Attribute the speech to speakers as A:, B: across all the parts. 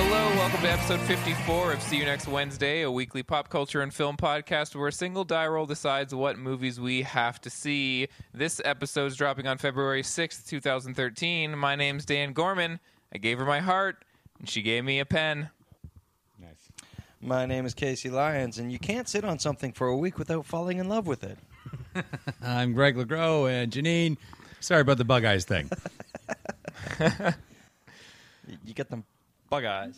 A: Hello, welcome to episode 54 of See You Next Wednesday, a weekly pop culture and film podcast where a single die roll decides what movies we have to see. This episode is dropping on February 6th, 2013. My name's Dan Gorman. I gave her my heart, and she gave me a pen.
B: My name is Casey Lyons, and you can't sit on something for a week without falling in love with it.
C: I'm Greg LeGros and Janine. Sorry about the bug eyes thing.
B: Y- You get them bug eyes.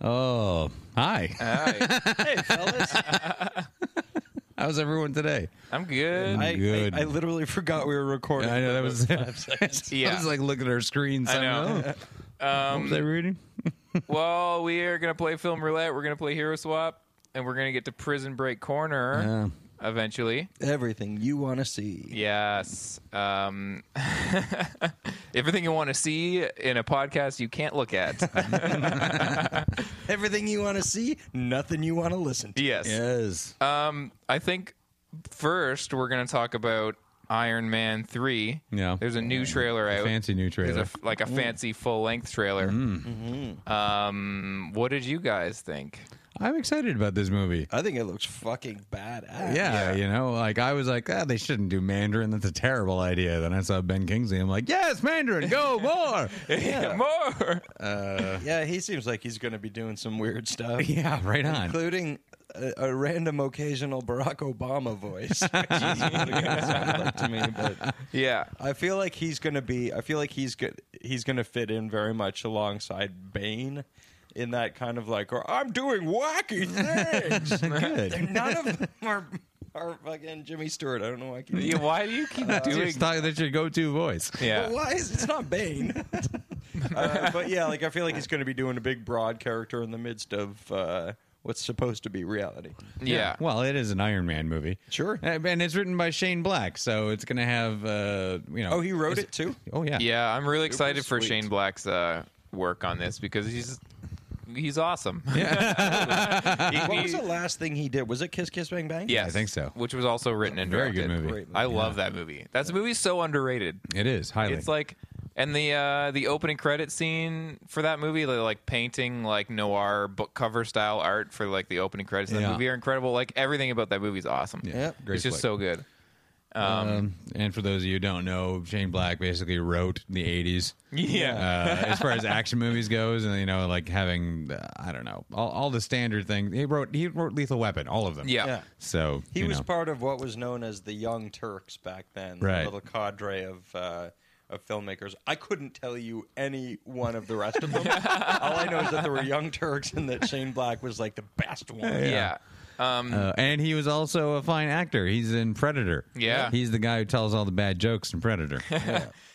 C: Oh, hi.
B: hey, fellas.
C: How's everyone today?
A: I'm good.
B: I, I,
C: Good.
B: I literally forgot we were recording.
C: I know that was. I
A: Yeah.
C: was like looking at our screen. I
A: know.
C: what was I reading?
A: well, we are going to play Film Roulette, we're going to play Hero Swap, and we're going to get to Prison Break Corner eventually.
B: Everything you want to see.
A: Yes. Um, everything you want to see in a podcast you can't look at.
B: Everything you want to see, nothing you want to listen to.
A: yes.
C: Yes.
A: I think first we're going to talk about Iron Man 3.
C: Yeah.
A: There's a new trailer out.
C: Fancy new
A: There's a
C: trailer.
A: f
C: Mm.
A: like a fancy full length trailer. Um, what did you guys think?
C: I'm excited about this movie.
B: I think it looks fucking badass.
C: Yeah, you know, like I was like, ah, they shouldn't do Mandarin. That's a terrible idea. Then I saw Ben Kingsley. I'm like, yes, Mandarin, go more.
A: More.
B: Yeah, he seems like he's going to be doing some weird stuff,
C: yeah, right on.
B: including a, a random occasional Barack Obama voice. which is what it kinda sounded like to me, but
A: Yeah.
B: I feel like he's going to be. I feel like he's good. He's going to fit in very much alongside Bane in that kind of like, or I'm doing wacky things.
C: Good.
B: None of them are, are fucking Jimmy Stewart. I don't know why. I keep
A: Yeah, Why do you keep doing
C: Just thought that's your go-to voice.
A: Yeah.
B: But why is it's not Bane? Uh, but yeah, like I feel like he's going to be doing a big broad character in the midst of uh, what's supposed to be reality.
A: yeah.
C: Well, it is an Iron Man movie.
B: Sure.
C: Uh, And it's written by Shane Black, so it's going to have, uh, you know.
B: Oh, he wrote it too.
C: Oh, yeah.
A: Yeah, I'm really excited for
B: sweet.
A: Shane Black's uh, work on this because he's he's awesome. He-
B: What was
A: he-
B: the last thing he did? Was it Kiss Kiss Bang Bang?
A: yes,
C: I think so.
A: Which was also written and
C: Very
A: directed.
C: good movie.
B: Great
A: I love that movie. That's a movie so underrated.
C: It is, highly.
A: It's like and the uh, the opening credit scene for that movie, they're like painting like noir book cover style art for like the opening credits of the
C: Yeah.
A: movie are incredible. Like everything about that movie is awesome.
C: Yeah, great
A: it's just
C: flick.
A: so good.
C: Um, and for those of you who don't know, Shane Black basically wrote the '80s.
A: Yeah.
C: Uh, as far as action movies goes, and you know, like having uh, I don't know all, all the standard things. He wrote he wrote Lethal Weapon, all of them.
A: Yeah.
B: Yeah.
C: So
B: He
C: you
B: was
C: know.
B: part of what was known as the Young Turks back then, the
C: Right.
B: little cadre of uh, of filmmakers. I couldn't tell you any one of the rest of them. All I know is that there were Young Turks and that Shane Black was like the best one.
A: Yeah.
C: Uh, and he was also a fine actor. He's in Predator.
A: Yeah.
C: He's the guy who tells all the bad jokes in Predator.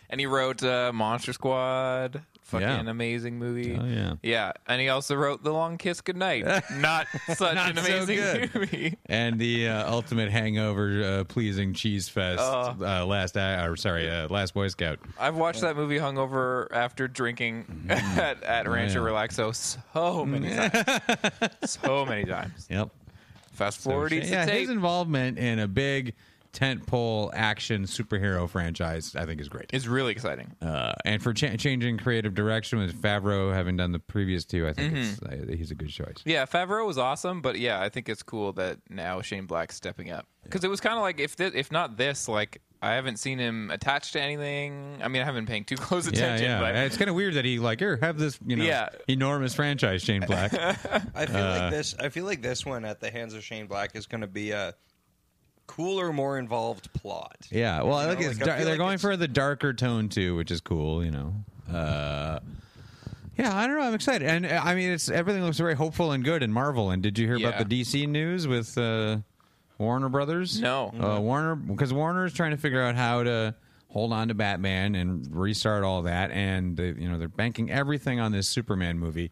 A: And he wrote uh, Monster Squad, fucking
C: Yeah.
A: amazing movie.
C: Oh, yeah.
A: yeah. And he also wrote The Long Kiss Goodnight. Not such an
C: Not so
A: amazing
C: good.
A: movie.
C: and the uh, ultimate hangover uh, pleasing cheese fest uh, last I- or sorry uh, last Boy Scout.
A: I've watched that movie hungover after drinking
C: Mm-hmm.
A: at, at
C: Oh,
A: Rancho Relaxo so many times,
C: Mm.
A: so many times.
C: Yep.
A: Fast
C: So
A: forward
C: Shane-
A: eats
C: yeah,
A: the
C: his
A: tape.
C: involvement in a big tentpole action superhero franchise, I think is great.
A: It's really exciting.
C: Uh, and for cha- changing creative direction with Favreau having done the previous two, I think
A: Mm-hmm.
C: it's, uh, he's a good choice.
A: Yeah, Favreau was awesome, but yeah, I think it's cool that now Shane Black's stepping up because it was kind of like if thi- if not this, like I haven't seen him attached to anything. I mean, I haven't been paying too close
C: Yeah,
A: attention,
C: yeah.
A: but
C: It's kind of weird that he like here have this, you know,
A: Yeah.
C: enormous franchise, Shane Black.
B: I feel
C: Uh,
B: like this. I feel like this one at the hands of Shane Black is going to be a cooler, more involved plot.
C: yeah. Well, I
B: You
C: like
B: know,
C: it's
B: like, I
C: dar-
B: feel
C: they're
B: like
C: going
B: it's-
C: for the darker tone too, which is cool. You know. Uh, yeah, I don't know. I'm excited, and uh, I mean, it's everything looks very hopeful and good in Marvel. And did you hear
A: Yeah.
C: about the DC news with uh, Warner Brothers?
A: No.
C: uh, Warner because Warner's trying to figure out how to hold on to Batman and restart all that, and they, you know they're banking everything on this Superman movie,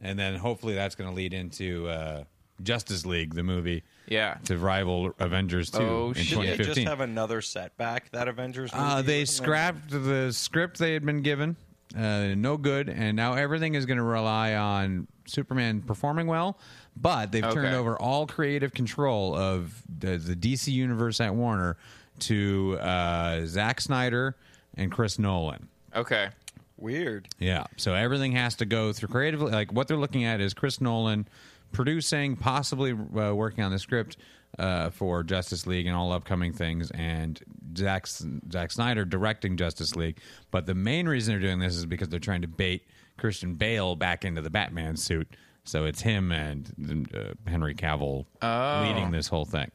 C: and then hopefully that's going to lead into uh, Justice League, the movie.
A: yeah,
C: to rival Avengers 2
A: Oh,
C: in
A: shit.
B: Did they just
C: 2015.
B: have another setback that Avengers?
C: uh,
B: movie
C: they
B: wasn't there?
C: scrapped the script they had been given, uh, no good, and now everything is going to rely on Superman performing well. But they've
A: Okay.
C: turned over all creative control of the, the DC universe at Warner to uh, Zack Snyder and Chris Nolan.
A: okay,
B: Weird.
C: Yeah. So everything has to go through creatively. Like what they're looking at is Chris Nolan producing, possibly uh, working on the script uh, for Justice League and all upcoming things, and Zack Zack Snyder directing Justice League. But the main reason they're doing this is because they're trying to bait Christian Bale back into the Batman suit. So it's him and uh, Henry Cavill leading this whole thing.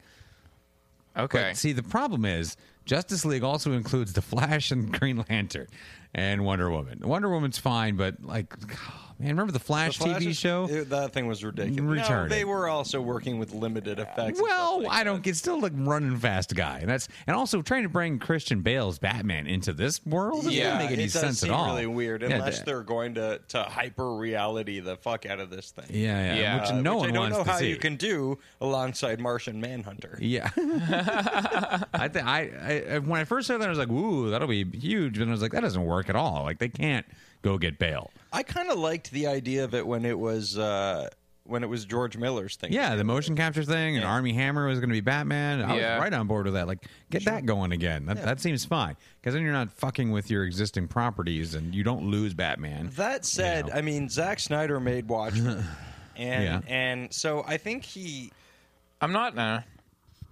A: okay.
C: But see, the problem is Justice League also includes the Flash and Green Lantern and Wonder Woman. Wonder Woman's fine, but like, man, remember the Flash,
B: Flash
C: TV
B: is-
C: show?
B: it- that thing was ridiculous. No,
C: Retarded.
B: they were also working with limited effects. and
C: well,
B: stuff like
C: I don't. It's still like running fast guy, and that's and also trying to bring Christian Bale's Batman into this world doesn't
B: yeah,
C: make any
B: it does
C: sense
B: seem
C: at all.
B: Really weird,
C: Yeah,
B: unless
C: the-
B: they're going to to hyper reality the fuck out of this thing.
C: yeah, yeah,
A: Yeah.
C: which
A: Uh,
C: no
B: Which
C: one
B: I don't
C: wants
B: know
C: to
B: how
C: see.
B: you can do alongside Martian Manhunter.
C: Yeah, I, th- I, I when I first heard that, I was like, "Ooh, that'll be huge," and I was like, "That doesn't work at all. Like they can't go get Bale."
B: I kind of liked the idea of it when it was uh, when it was George Miller's thing.
C: Yeah, the motion capture thing and Army Hammer was going to be Batman. I
A: Yeah.
C: was right on board with that. Like, get that going again. That, that seems fine because then you're not fucking with your existing properties and you don't lose Batman.
B: That said, I mean Zack Snyder made Watchmen, and
C: Yeah.
B: and so I think he.
A: I'm not. Uh,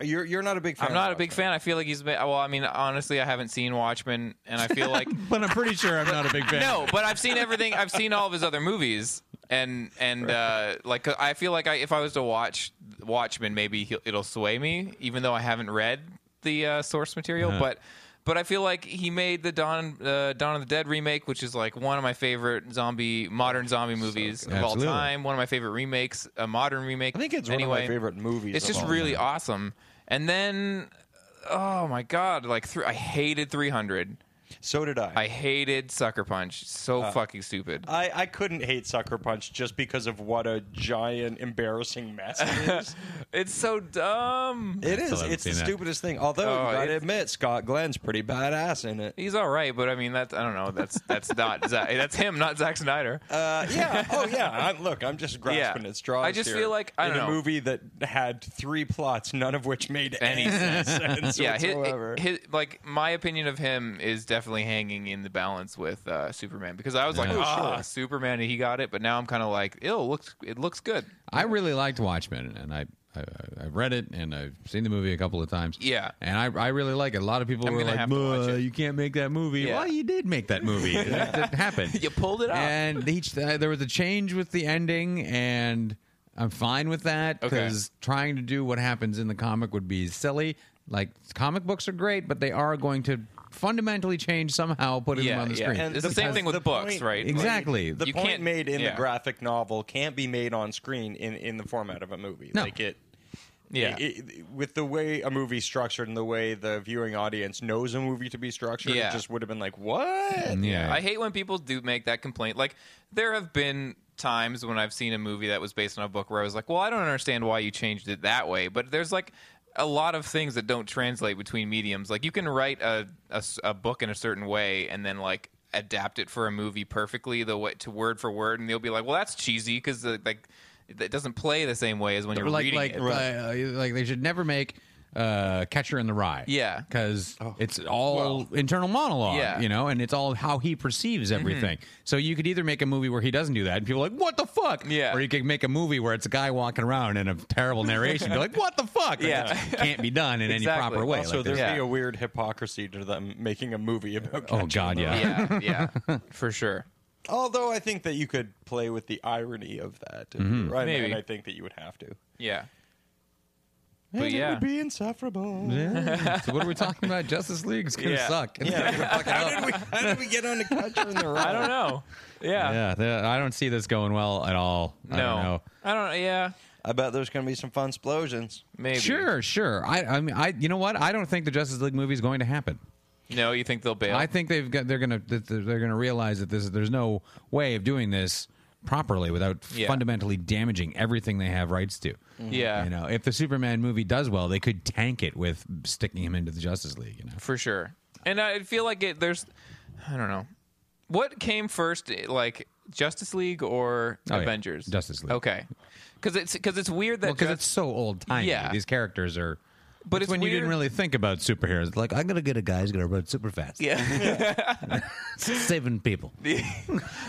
B: You're you're not a big fan.
A: I'm
B: of
A: not a big
B: Watchmen.
A: fan. I feel like he's. Been, well, I mean, honestly, I haven't seen Watchmen, and I feel like
C: but I'm pretty sure I'm not a big fan.
A: no, but I've seen everything. I've seen all of his other movies, and and uh, like I feel like I, if I was to watch Watchmen, maybe he'll, it'll sway me, even though I haven't read the uh, source material.
B: Uh-huh.
A: But but I feel like he made the Dawn uh, Dawn of the Dead remake, which is like one of my favorite zombie modern zombie movies of
C: Absolutely.
A: all time. One of my favorite remakes, a modern remake.
B: I think it's
A: anyway,
B: one of my favorite movies.
A: It's
B: of
A: just
B: all
A: really
B: time.
A: awesome. And then, oh my god, like thr I hated 300.
B: So did I.
A: I hated Sucker Punch. So
B: Uh.
A: fucking stupid.
B: I, I couldn't hate Sucker Punch just because of what a giant, embarrassing mess it is.
A: It's so dumb.
B: it
C: still
B: is.
C: haven't
B: It's the
C: seen that.
B: stupidest thing. Although,
A: Oh,
B: you gotta
A: it's-
B: admit, Scott Glenn's pretty badass in it.
A: He's all right, but I mean that's I don't know. That's that's not Zack. That's him, not Zack Snyder.
B: Uh, yeah. Oh, yeah. I, look, I'm just grasping
A: Yeah.
B: at straws.
A: I just
B: here
A: feel like- I
B: in
A: don't
B: a
A: know.
B: movie that had three plots, none of which made any
A: Any-
B: sense
A: yeah, his,
B: whatsoever.
A: his, like my opinion of him is definitely hanging in the balance with uh, Superman because I was like,
B: Oh,
C: Yeah.
A: ah, Superman, he got it, but now I'm kind of like, ill looks. It looks good.
C: I really liked Watchmen, and I, I I've read it and I've seen the movie a couple of times.
A: Yeah.
C: and I I really like it. A lot of people
A: I'm
C: were
A: gonna
C: like,
A: have to watch
C: "Buh,
A: it."
C: "You can't make that movie."
A: Yeah.
C: Well, you did make that movie. It- It happened.
A: You pulled it off.
C: And each, uh, there was a change with the ending, and I'm fine with that
A: Okay.
C: because trying to do what happens in the comic would be silly. Like comic books are great, but they are going to fundamentally change somehow, putting
A: Yeah,
C: them on the
A: yeah.
C: screen.
A: And It's the same
B: point-
A: thing with books,
B: point-
A: right?
C: Exactly.
B: The
A: You
B: point
A: can't-
B: made in
A: yeah.
B: the graphic novel can't be made on screen in, in the format of a movie.
C: No.
B: Like it.
A: Yeah.
B: it- it- with the way a movie's structured and the way the viewing audience knows a movie to be structured,
A: Yeah.
B: it just would have been like, what?
C: yeah,
A: I hate when people do make that complaint. Like there have been times when I've seen a movie that was based on a book where I was like, "Well, I don't understand why you changed it that way." But there's like a lot of things that don't translate between mediums. Like you can write a a s- a book in a certain way and then like adapt it for a movie perfectly the way to word for word and they'll be like, "Well, that's cheesy because like it doesn't play the same way as when you're
C: like
A: reading
C: like
A: it."
C: uh, like they should never make uh, Catcher in the Rye.
A: Yeah.
C: because it's all internal monologue.
A: Yeah. Mm-hmm.
C: you know, and it's all how he perceives everything. So you could either make a movie where he doesn't do that, and people are like, "What the fuck?"
A: Yeah.
C: or you could make a movie where it's a guy walking around in a terrible narration, be like, "What the fuck?" Like,
A: Yeah.
C: it can't be done in
A: Exactly.
C: any proper way.
A: Also,
C: like
B: there'd
C: this.
A: Yeah.
B: be a weird hypocrisy to them making a movie about.
C: oh
B: Catcher in
C: god,
B: the Rye.
C: yeah.
A: yeah, yeah, for sure.
B: Although I think that you could play with the irony of that,
C: Mm-hmm.
B: right?
A: Maybe.
B: And I think that you would have to.
A: Yeah, But
B: And
A: yeah.
B: it would be insufferable.
C: Yeah. so what are we talking about? Justice League is gonna
A: Yeah.
C: suck. It's
B: Yeah.
C: gonna fuck it up.
B: How did we? How did we get on the Catcher in the Rye?
A: I don't know. Yeah,
C: yeah, the- I don't see this going well at all. I
A: no,
C: don't know.
A: I don't. Yeah,
B: I bet there's going to be some fun explosions.
A: maybe.
C: Sure, sure. I, I mean, I, you know what? I don't think the Justice League movie is going to happen.
A: No, you think they'll bail?
C: I think they've got, they're gonna, that they're they're gonna realize that this, there's no way of doing this properly without
A: Yeah. Mm-hmm.
C: fundamentally damaging everything they have rights to.
A: Yeah.
C: you know, if the Superman movie does well, they could tank it with sticking him into the Justice League. You know,
A: for sure. And I feel like it. There's, I don't know, what came first, eh, like Justice League or
C: Oh, yeah.
A: Avengers?
C: Justice League.
A: Okay, because it's because it's weird that
C: because
A: Jus-
C: it's so old timey.
A: Yeah.
C: These characters are.
A: But
C: It's
A: it's
C: when you didn't
A: weird-
C: really think about superheroes. It's Like I'm gonna get a guy who's gonna run super fast,
A: yeah.
C: saving people.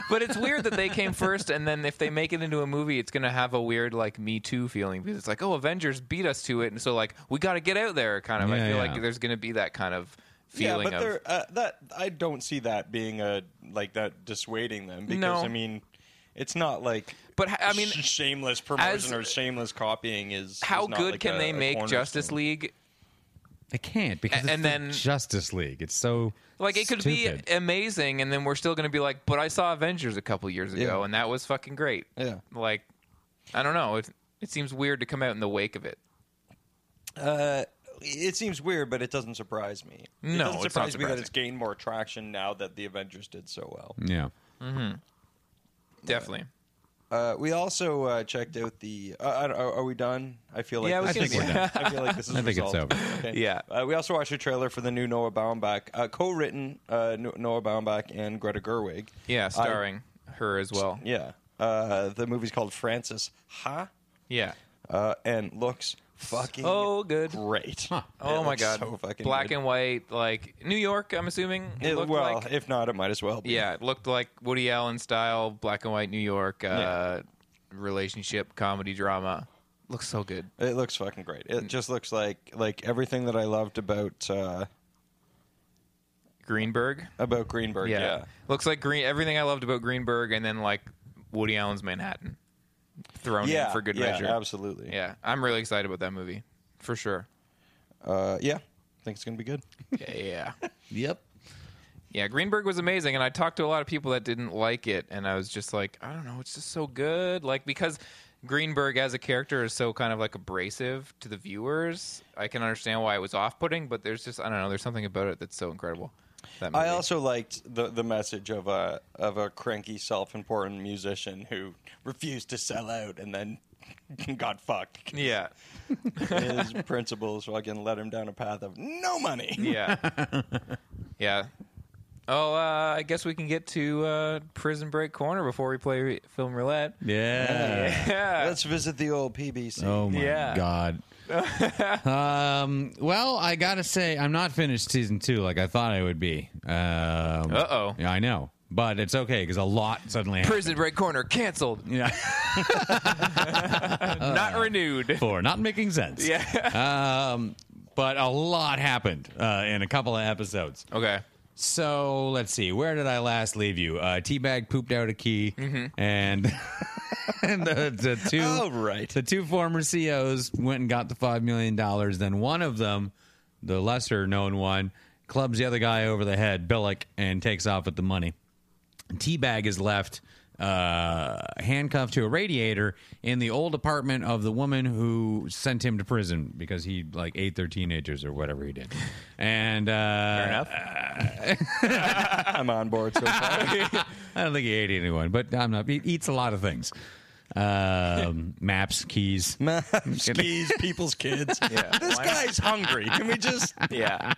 A: but it's weird that they came first, and then if they make it into a movie, it's gonna have a weird like Me Too feeling because it's like, oh, Avengers beat us to it, and so like we got to get out there, kind of. I
C: Yeah,
A: feel
C: yeah.
A: like there's gonna be that kind of feeling
B: yeah, but
A: of
B: they're, uh, that I don't see that being a like that dissuading them because
A: No.
B: I mean, it's not like.
A: But h- I mean,
B: sh- shameless promotion
A: as-
B: or shameless copying is. is
A: how
B: not
A: good
B: like
A: can
B: a-
A: they
B: a
A: make Justice
B: cornerstone.
A: League?
C: They can't because
A: A-
C: it's
A: and
C: the
A: then-
C: Justice League. It's so
A: Like it could
C: stupid.
A: be amazing, and then we're still gonna be like, but I saw Avengers a couple years ago,
B: Yeah.
A: and that was fucking great.
B: Yeah.
A: Like, I don't know. It it seems weird to come out in the wake of it.
B: It seems weird, but it doesn't surprise me. it
A: No,
B: doesn't
A: it's not
B: surprise me that
A: surprising.
B: it's gained more traction now that the Avengers did so well.
C: yeah.
A: Definitely.
B: Uh, we also uh, checked out the. Uh, I don't- are, are we done? I feel like
A: Yeah, we
B: this
A: can
B: is-
A: be
C: done.
B: I feel like this is.
C: I think it's
B: resolved.
C: over.
B: Okay.
A: Yeah.
B: Uh, we also watched a trailer for the new Noah Baumbach, uh, co-written uh, No- Noah Baumbach and Greta Gerwig.
A: Yeah,
B: I-
A: starring her as well.
B: yeah. Uh, the movie's called Francis Ha,
A: Yeah.
B: uh, and looks fucking
A: Oh, good.
B: great. It
A: Oh my
B: looks
A: god.
B: so fucking
A: Black
B: good.
A: and white, like New York. I'm assuming. It
B: It-
A: looked
B: well,
A: like,
B: if not, it might as well. Be.
A: yeah, it looked like Woody Allen style, black and white New York uh, relationship comedy drama. Looks so good.
B: It looks fucking great.
A: Mm.
B: It just looks like like everything that I loved about uh,
A: Greenberg.
B: about Greenberg.
A: Yeah.
B: yeah.
A: Looks like Green. Everything I loved about Greenberg, and then like Woody Allen's Manhattan, thrown
B: yeah,
A: in for good
B: yeah,
A: measure.
B: Absolutely.
A: Yeah, I'm really excited about that movie, for sure.
B: Uh, yeah. I think it's gonna be good.
A: Yeah,
C: Yep.
A: yeah. Greenberg was amazing, and I talked to a lot of people that didn't like it, and I was just like, I don't know, it's just so good. Like because Greenberg as a character is so kind of like abrasive to the viewers. I can understand why it was off-putting, but there's just I don't know, there's something about it that's so incredible. That movie.
B: I also liked the the message of a of a cranky, self important musician who refused to sell out and then got fucked.
A: yeah,
B: His principles fucking led him down a path of no money.
A: Yeah. yeah. Oh, uh, I guess we can get to uh, Prison Break Corner before we play re- Film Roulette.
C: Yeah.
A: Yeah.
B: Let's visit the old PBC.
C: Oh my
A: Yeah.
C: god. um, well, I gotta say, I'm not finished season two like I thought I would be. Um, uh
A: Uh-oh.
C: Yeah, I know, but it's okay because a lot suddenly happened.
A: Prison Break Corner canceled.
C: Yeah.
A: Not renewed.
C: for not making sense. Yeah. um, but a lot happened uh, in a couple of episodes.
A: Okay.
C: So let's see. Where did I last leave you? Uh, Teabag pooped out a key, and and the, the two
B: Oh, right.
C: the two former CEOs went and got the five million dollars. Then one of them, the lesser known one, clubs the other guy over the head, Billick, and takes off with the money. Teabag is left uh, handcuffed to a radiator in the old apartment of the woman who sent him to prison because he like ate their teenagers or whatever he did. And uh, fair
A: enough.
B: I'm on board so far.
C: I don't think he ate anyone, but I'm not. He eats a lot of things. Um, maps, keys.
B: Skis, people's kids. This
A: Why not?
B: guy's hungry. Can we just can
A: Yeah.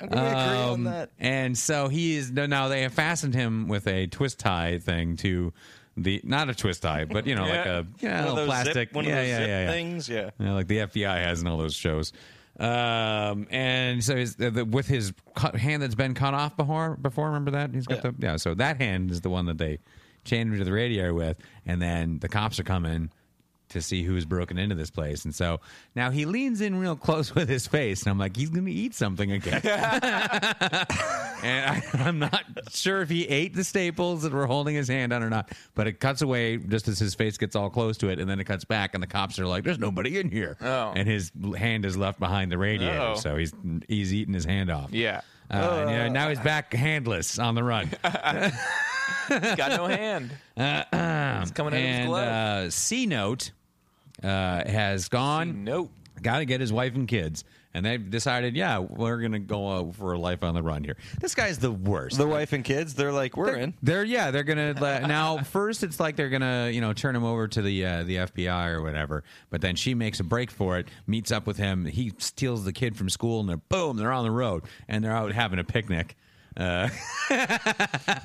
B: we agree
A: Um,
B: on that?
C: And so he is now they have fastened him with a twist tie thing to the not a twist tie, but you know, like a yeah,
B: One of
C: little
B: those
C: plastic
B: zip, one
C: yeah,
B: of those
C: yeah,
B: zip
C: yeah, yeah.
B: things. Yeah.
C: Yeah, like the FBI has in all those shows. Um, and so his, uh, the, with his cut, hand that's been cut off before, before remember that he's got
B: Yeah.
C: the yeah. So that hand is the one that they chained him to the radio with, and then the cops are coming to see who's broken into this place. And so now he leans in real close with his face, and I'm like, he's gonna eat something again. and I, I'm not sure if he ate the staples that were holding his hand on or not. But it cuts away just as his face gets all close to it, and then it cuts back, and the cops are like, "There's nobody in here,"
A: Oh.
C: and his l- hand is left behind the radiator,
A: Uh-oh.
C: so he's he's eating his hand off.
A: Yeah.
C: Uh, and, yeah, now he's back handless on the run.
A: He's got no hand. it's coming out of his
C: and
A: glove.
C: uh, C Note uh, has gone.
A: nope.
C: got to get his wife and kids. And they decided, yeah, we're going to go uh, for a life on the run here. This guy's the worst.
B: The wife and kids, they're like, we're in.
C: They're yeah, they're gonna let, now. First, it's like they're gonna you know turn him over to the uh, the FBI or whatever. But then she makes a break for it, meets up with him. He steals the kid from school, and they're boom, they're on the road, and they're out having a picnic.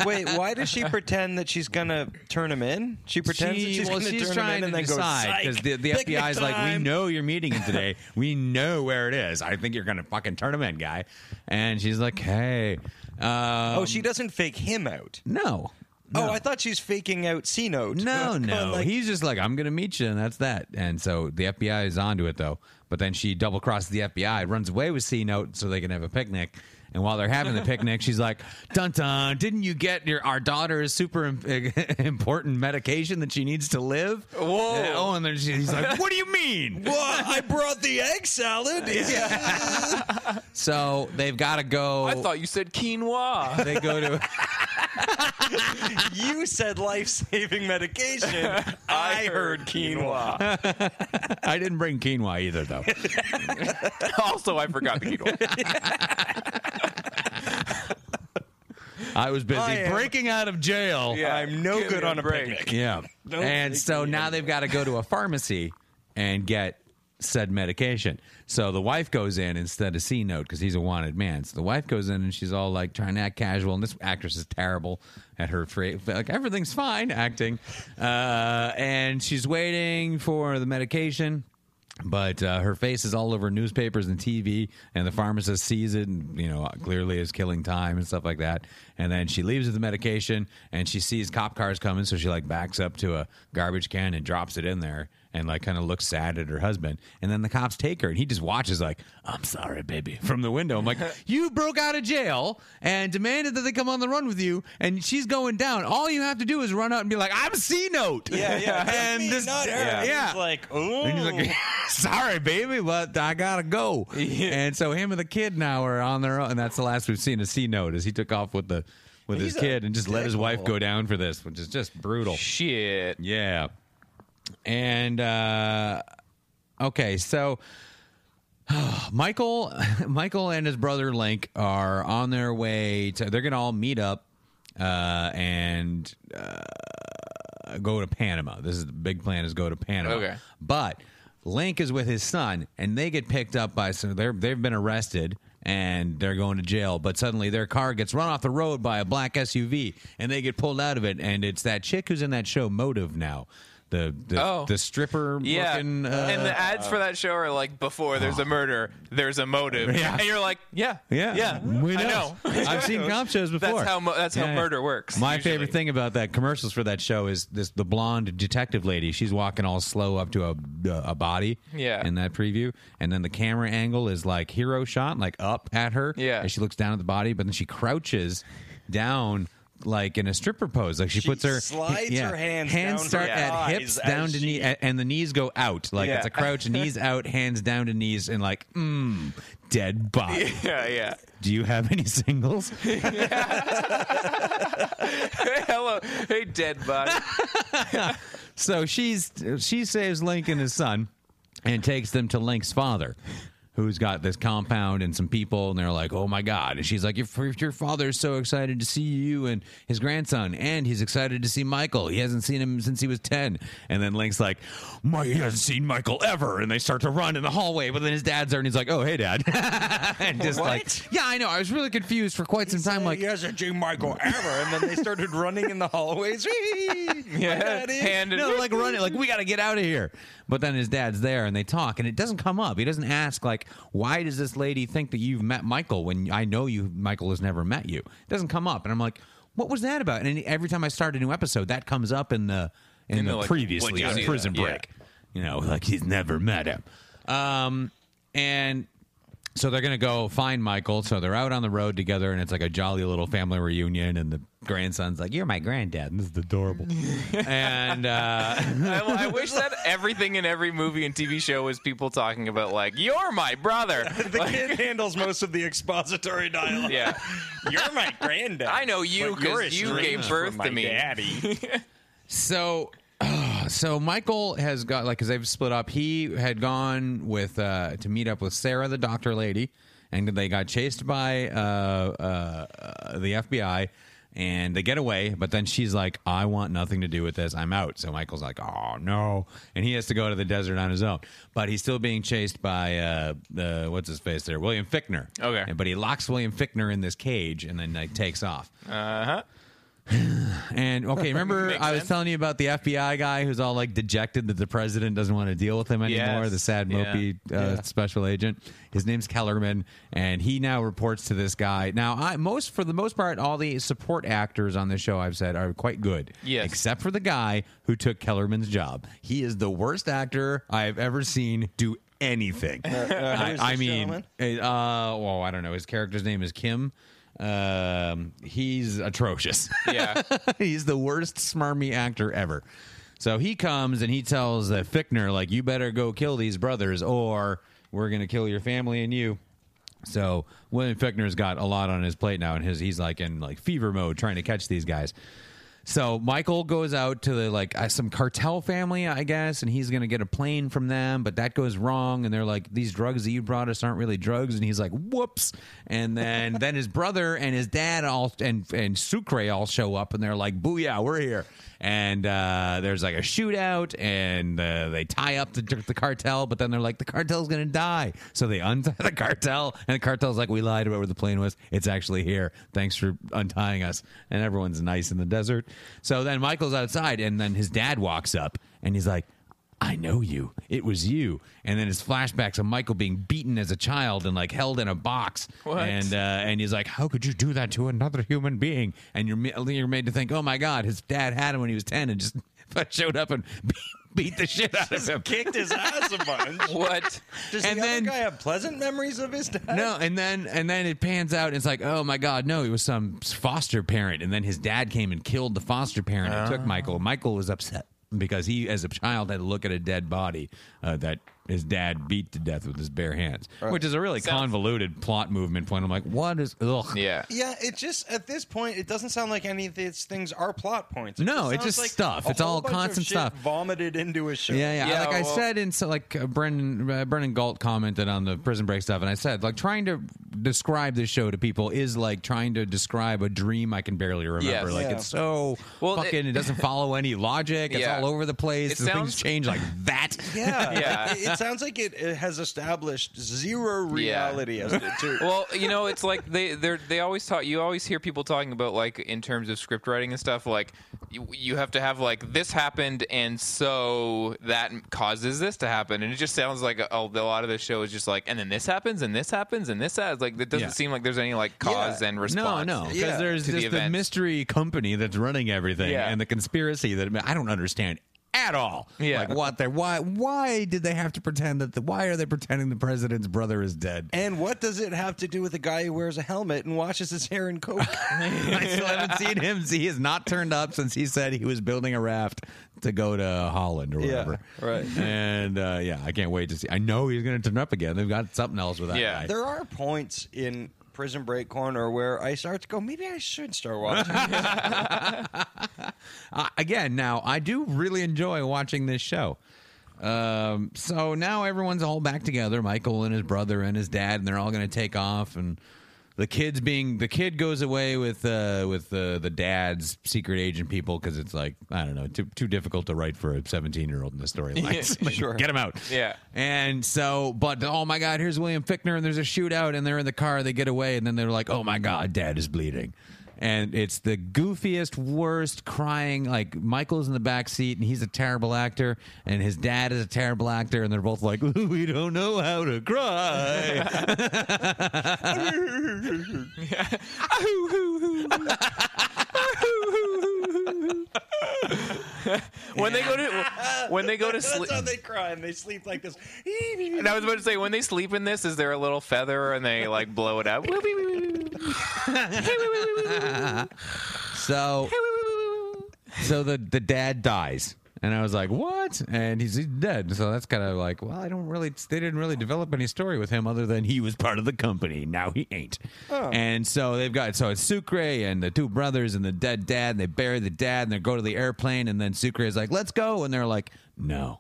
B: Wait, why does she pretend that she's gonna turn him in? She pretends that she's
C: well,
B: gonna
C: she's
B: turn
C: trying
B: him in
C: to
B: and then
C: decide
B: goes
C: the, the
B: "Psych,
C: FBI's
B: picnic
C: like, we
B: time."
C: know you're meeting him today. we know where it is. I think you're gonna fucking turn him in, guy. And she's like, hey, uh,
B: Oh, she doesn't fake him out.
C: no.
B: Oh, I thought she's faking out C note.
C: No, no.
B: Like,
C: He's just like, I'm going to meet you, and that's that. And so the FBI is onto it, though. But then she double crosses the FBI, runs away with C Note so they can have a picnic. And while they're having the picnic, she's like, dun dun, didn't you get your our daughter's super im- important medication that she needs to live?
A: Whoa.
C: And- oh, and then she, he's like, what do you mean?
B: Whoa, I brought the egg salad.
C: So they've got to go.
A: I thought you said quinoa.
C: they go to.
B: you said life saving medication. I heard quinoa.
C: I didn't bring quinoa either, though.
A: also, I forgot the quinoa.
C: I was busy
B: I am-
C: breaking out of jail.
A: Yeah,
B: I'm no
A: give
B: good
A: me
B: on a
A: break.
B: picnic.
C: Yeah.
B: Don't
C: and
B: take
C: so
B: me
C: now they've got to go to a pharmacy and get said medication. So the wife goes in instead of C note because he's a wanted man. So the wife goes in and she's all like trying to act casual. And this actress is terrible at her fra- like everything's fine acting. Uh, and she's waiting for the medication. But uh, her face is all over newspapers and TV, and the pharmacist sees it, and you know clearly is killing time and stuff like that. And then she leaves with the medication, and she sees cop cars coming, so she like backs up to a garbage can and drops it in there, and like kind of looks sad at her husband. And then the cops take her, and he just watches like, "I'm sorry, baby," from the window. I'm like, "You broke out of jail and demanded that they come on the run with you, and she's going down. All you have to do is run out and be like, "I'm C note."
B: Yeah, yeah.
C: and
B: Me,
C: this,
B: not her.
C: yeah,
B: He's like, oh.
C: and he's like, "Sorry, baby, but I gotta go." And so him and the kid now are on their own, and that's the last we've seen of C Note is he took off with the with
B: He's
C: his kid
B: a
C: and just let his wife
B: dickhole.
C: go down for this, which is just brutal.
A: Shit.
C: Yeah. And uh okay, so Michael Michael and his brother Link are on their way to they're going to all meet up uh and uh, go to Panama. This is the big plan is go to Panama.
A: Okay.
C: But Link is with his son and they get picked up by some they're they've been arrested and they're going to jail, but suddenly their car gets run off the road by a black SUV and they get pulled out of it and it's that chick who's in that show Motive now. The the,
A: Oh.
C: the stripper
A: Yeah.
C: looking uh,
A: and the ads for that show are like, before there's a murder, there's a motive.
C: Yeah.
A: And you're like, yeah.
C: Yeah,
A: Yeah.
C: We
A: I
C: know.
A: know.
C: I've seen cop shows before.
A: That's how mo- that's how murder works,
C: My
A: usually.
C: favorite thing about that commercials for that show is this: the blonde detective lady. She's walking all slow up to a a body.
A: Yeah.
C: In that preview, and then the camera angle is like hero shot, like up at her.
A: Yeah.
C: And she looks down at the body, but then she crouches down. Like in a stripper pose, like she,
B: She
C: puts her
B: slides
C: yeah,
B: her hands down her
C: start at
B: thighs
C: hips
B: as
C: down to
B: she-
C: knee, a- and the knees go out. Like
B: Yeah.
C: it's a crouch, knees out, hands down to knees, and like mm, dead body.
A: Yeah, yeah.
C: Do you have any singles?
A: Hey, hello. Hey, dead body.
C: so she's she saves Link and his son and takes them to Link's father. Who's got this compound and some people, and they're like, "Oh my god!" And she's like, "Your your father's so excited to see you and his grandson, and he's excited to see Michael. He hasn't seen him since he was ten. And then Link's like, "My, he hasn't seen Michael ever." And they start to run in the hallway, but then his dad's there, and he's like, "Oh hey, dad," and just
B: What? uh,
C: like, "Yeah, I know. I was really confused for quite some time. Like,
B: yes, a G. Michael ever, and then they started running in the hallways. yeah,
A: Hand
C: no, like run it, like we got to get out of here. But then his dad's there, and they talk, and it doesn't come up. He doesn't ask like, why does this lady think that you've met Michael when I know you Michael has never met you? It doesn't come up, and I'm like, what was that about? And every time I start a new episode, that comes up in the in,
A: In
C: the,
A: the, like,
C: previously
A: what
C: on
A: you-
C: Prison
A: yeah.
C: Break. You know, like he's never met him. Um, and so they're gonna go find Michael. So they're out on the road together, and it's like a jolly little family reunion. And the grandson's like, "You're my granddad, and this is adorable." and uh,
A: I, I wish that everything in every movie and TV show was people talking about like you're my brother.
B: The kid handles most of the expository dialogue.
A: Yeah,
B: You're my granddad.
A: I know you
B: but you're
A: 'cause you
B: estranged
A: gave birth
B: from my
A: to me.
B: Daddy.
C: so so Michael has got like because they've split up. He had gone with uh, to meet up with Sarah, the doctor lady, and they got chased by uh, uh, uh, the FBI. And they get away, but then she's like, "I want nothing to do with this. I'm out." So Michael's like, "Oh no!" And he has to go to the desert on his own. But he's still being chased by uh, the what's his face there, William Fickner.
A: Okay.
C: And- But he locks William Fickner in this cage and then like takes off. And okay, remember
A: Makes
C: I was
A: sense.
C: telling you about the FBI guy who's all like dejected that the president doesn't want to deal with him anymore,
A: Yes.
C: the sad
A: Yeah.
C: mopey uh, special agent. His name's Kellerman and he now reports to this guy. Now, I most for the most part all the support actors on this show I've said are quite good.
A: Yes.
C: Except for the guy who took Kellerman's job. He is the worst actor I've ever seen do anything. I,
B: who's
C: I
B: this
C: mean,
B: gentleman?
C: uh, well, I don't know. His character's name is Kim. Um, he's atrocious.
A: yeah.
C: He's the worst smarmy actor ever. So he comes and he tells uh, Fickner, like, you better go kill these brothers or we're going to kill your family and you. So William Fickner's got a lot on his plate now and his he's like in like fever mode trying to catch these guys. So Michael goes out to the like uh, some cartel family, I guess, and he's gonna get a plane from them, but that goes wrong, and they're like, "These drugs that you brought us aren't really drugs," and he's like, "Whoops!" And then then his brother and his dad all and and Sucre all show up, and they're like, "Booyah, we're here!" And uh, there's like a shootout, and uh, they tie up the, the cartel, but then they're like, "The cartel's gonna die," so they untie the cartel, and the cartel's like, "We lied about where the plane was. It's actually here. Thanks for untying us." And everyone's nice in the desert. So then Michael's outside, and then his dad walks up, and he's like, I know you. It was you. And then his flashbacks of Michael being beaten as a child and like held in a box.
A: What?
C: And uh, and he's like, "How could you do that to another human being?" And you're ma- you're made to think, "Oh my God, his dad had him when he was ten and just showed up and beat, beat the shit out of him."
B: Kicked his ass a bunch.
A: What?
B: Does
C: And
B: the
C: then-
B: other guy have pleasant memories of his dad?
C: No, and then and then it pans out. And it's like, oh my god, no, it was some foster parent, and then his dad came and killed the foster parent and took Michael. Michael was upset because he, as a child, had to look at a dead body uh, that his dad beat to death with his bare hands, which is a really convoluted plot movement point. I'm like, what is? Ugh.
A: Yeah.
B: Yeah, it just at this point it doesn't sound like any of these things are plot points.
C: No, it's
B: sounds
C: just stuff.
B: a
C: It's all
B: whole bunch of
C: constant
B: shit
C: stuff.
B: vomited into a show.
C: Yeah, yeah.
A: Yeah,
C: like I
A: well-
C: said, in so like uh, Brendan uh, Brendan Galt commented on the Prison Break stuff, and I said like trying to describe this show to people is like trying to describe a dream I can barely remember.
A: Yes.
C: Like
B: Yeah.
C: it's so
A: Well,
C: fucking. It,
A: it-
C: doesn't follow any logic. It's
A: Yeah.
C: all over the place.
A: It
C: The things
A: sounds-
C: change like that.
B: Yeah,
A: Yeah.
B: like, it, it sounds like it, it has established zero reality as to to-
A: Well, you know, it's like they they they always talk. You always hear people talking about like in terms of script writing and stuff. Like you, you have to have like this happened, and so that causes this to happen. And it just sounds like a, a lot of the show is just like, and then this happens, and this happens, and this happens. Like it doesn't
C: Yeah.
A: seem like there's any like cause
B: Yeah.
A: and
C: No,
A: response.
C: no, because
B: Yeah.
C: there's
A: To the
C: just the,
A: events.
C: mystery company that's running everything
A: Yeah.
C: and the conspiracy that I don't understand at all.
A: Yeah.
C: Like what they why why did they have to pretend that the why are they pretending the president's brother is dead?
B: and what does it have to do with a guy who wears a helmet and washes his hair in coke?
C: I still haven't seen him. He has not turned up since he said he was building a raft to go to Holland or
B: Yeah,
C: whatever.
B: right.
C: And uh, yeah, I can't wait to see. I know he's going to turn up again. They've got something else with that
A: Yeah.
C: guy.
B: there are points in Prison Break Corner where I start to go, maybe I should start watching.
C: Uh, again, now I do really enjoy watching this show. Um, so now everyone's all back together. Michael and his brother and his dad, and they're all going to take off. And the kids being the kid goes away with uh, with uh, the dad's secret agent people because it's like I don't know too too difficult to write for a seventeen year old in the storyline. Like, Get him out.
A: Yeah.
C: And so, but oh my God, here's William Fickner, and there's a shootout, and they're in the car, they get away, and then they're like, oh my God, dad is bleeding. and it's the goofiest, worst crying. Like Michael's in the back seat, and he's a terrible actor, and his dad is a terrible actor, and they're both like, "We don't know how to cry."
A: when they go to when they go to
B: That's
A: sleep.
B: how they cry and they sleep like this.
A: And I was about to say, when they sleep in this, is there a little feather and they like blow it up?
C: so, so the the dad dies. And I was like, "What?" And he's, he's dead. So that's kind of like, well, I don't really. They didn't really develop any story with him other than he was part of the company. Now he ain't. And so they've got so it's Sucre and the two brothers and the dead dad. And they bury the dad and they go to the airplane. And then Sucre is like, "Let's go," and they're like, "No."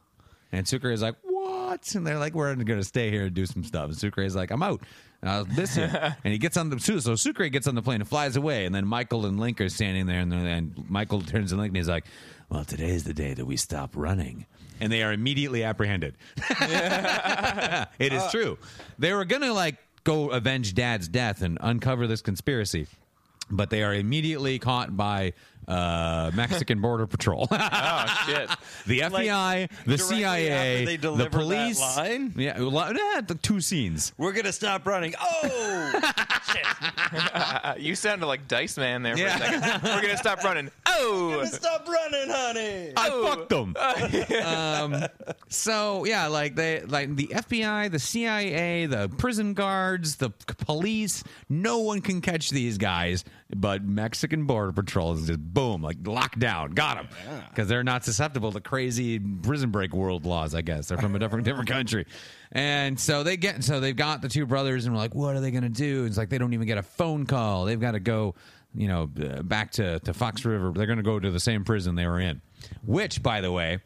C: And Sucre is like, "What?" And they're like, "We're going to stay here and do some stuff." And Sucre is like, "I'm out." And I was listen. and he gets on the so Sucre gets on the plane and flies away. And then Michael and Link are standing there, and, then- and Michael turns to Link and he's like, "Well, today is the day that we stop running." And they are immediately apprehended. it is true. They were gonna like go avenge Dad's death and uncover this conspiracy, but they are immediately caught by uh, Mexican border patrol.
A: oh shit!
C: The
B: Like,
C: FBI, the
B: directly
C: CIA,
B: after they
C: the
B: deliver that
C: police.
B: line?
C: Yeah, a lot- nah, the two scenes.
B: We're gonna stop running. Oh,
A: Uh, you sounded like Dice Man there for a second. We're gonna stop running. Oh,
B: stop running, honey.
C: I fucked
B: Oh.
C: them. um, so yeah, like they, like the FBI, the CIA, the prison guards, the c- police. No one can catch these guys, but Mexican border patrol is just boom, like lockdown, got them because they're not susceptible to crazy prison break world laws. I guess they're from a different different country, and so they get so they've got the two brothers and we're like, what are they gonna do? it's like they don't even get a phone call. They've got to go. You know, uh, back to, to Fox River. They're going to go to the same prison they were in, which, by the way,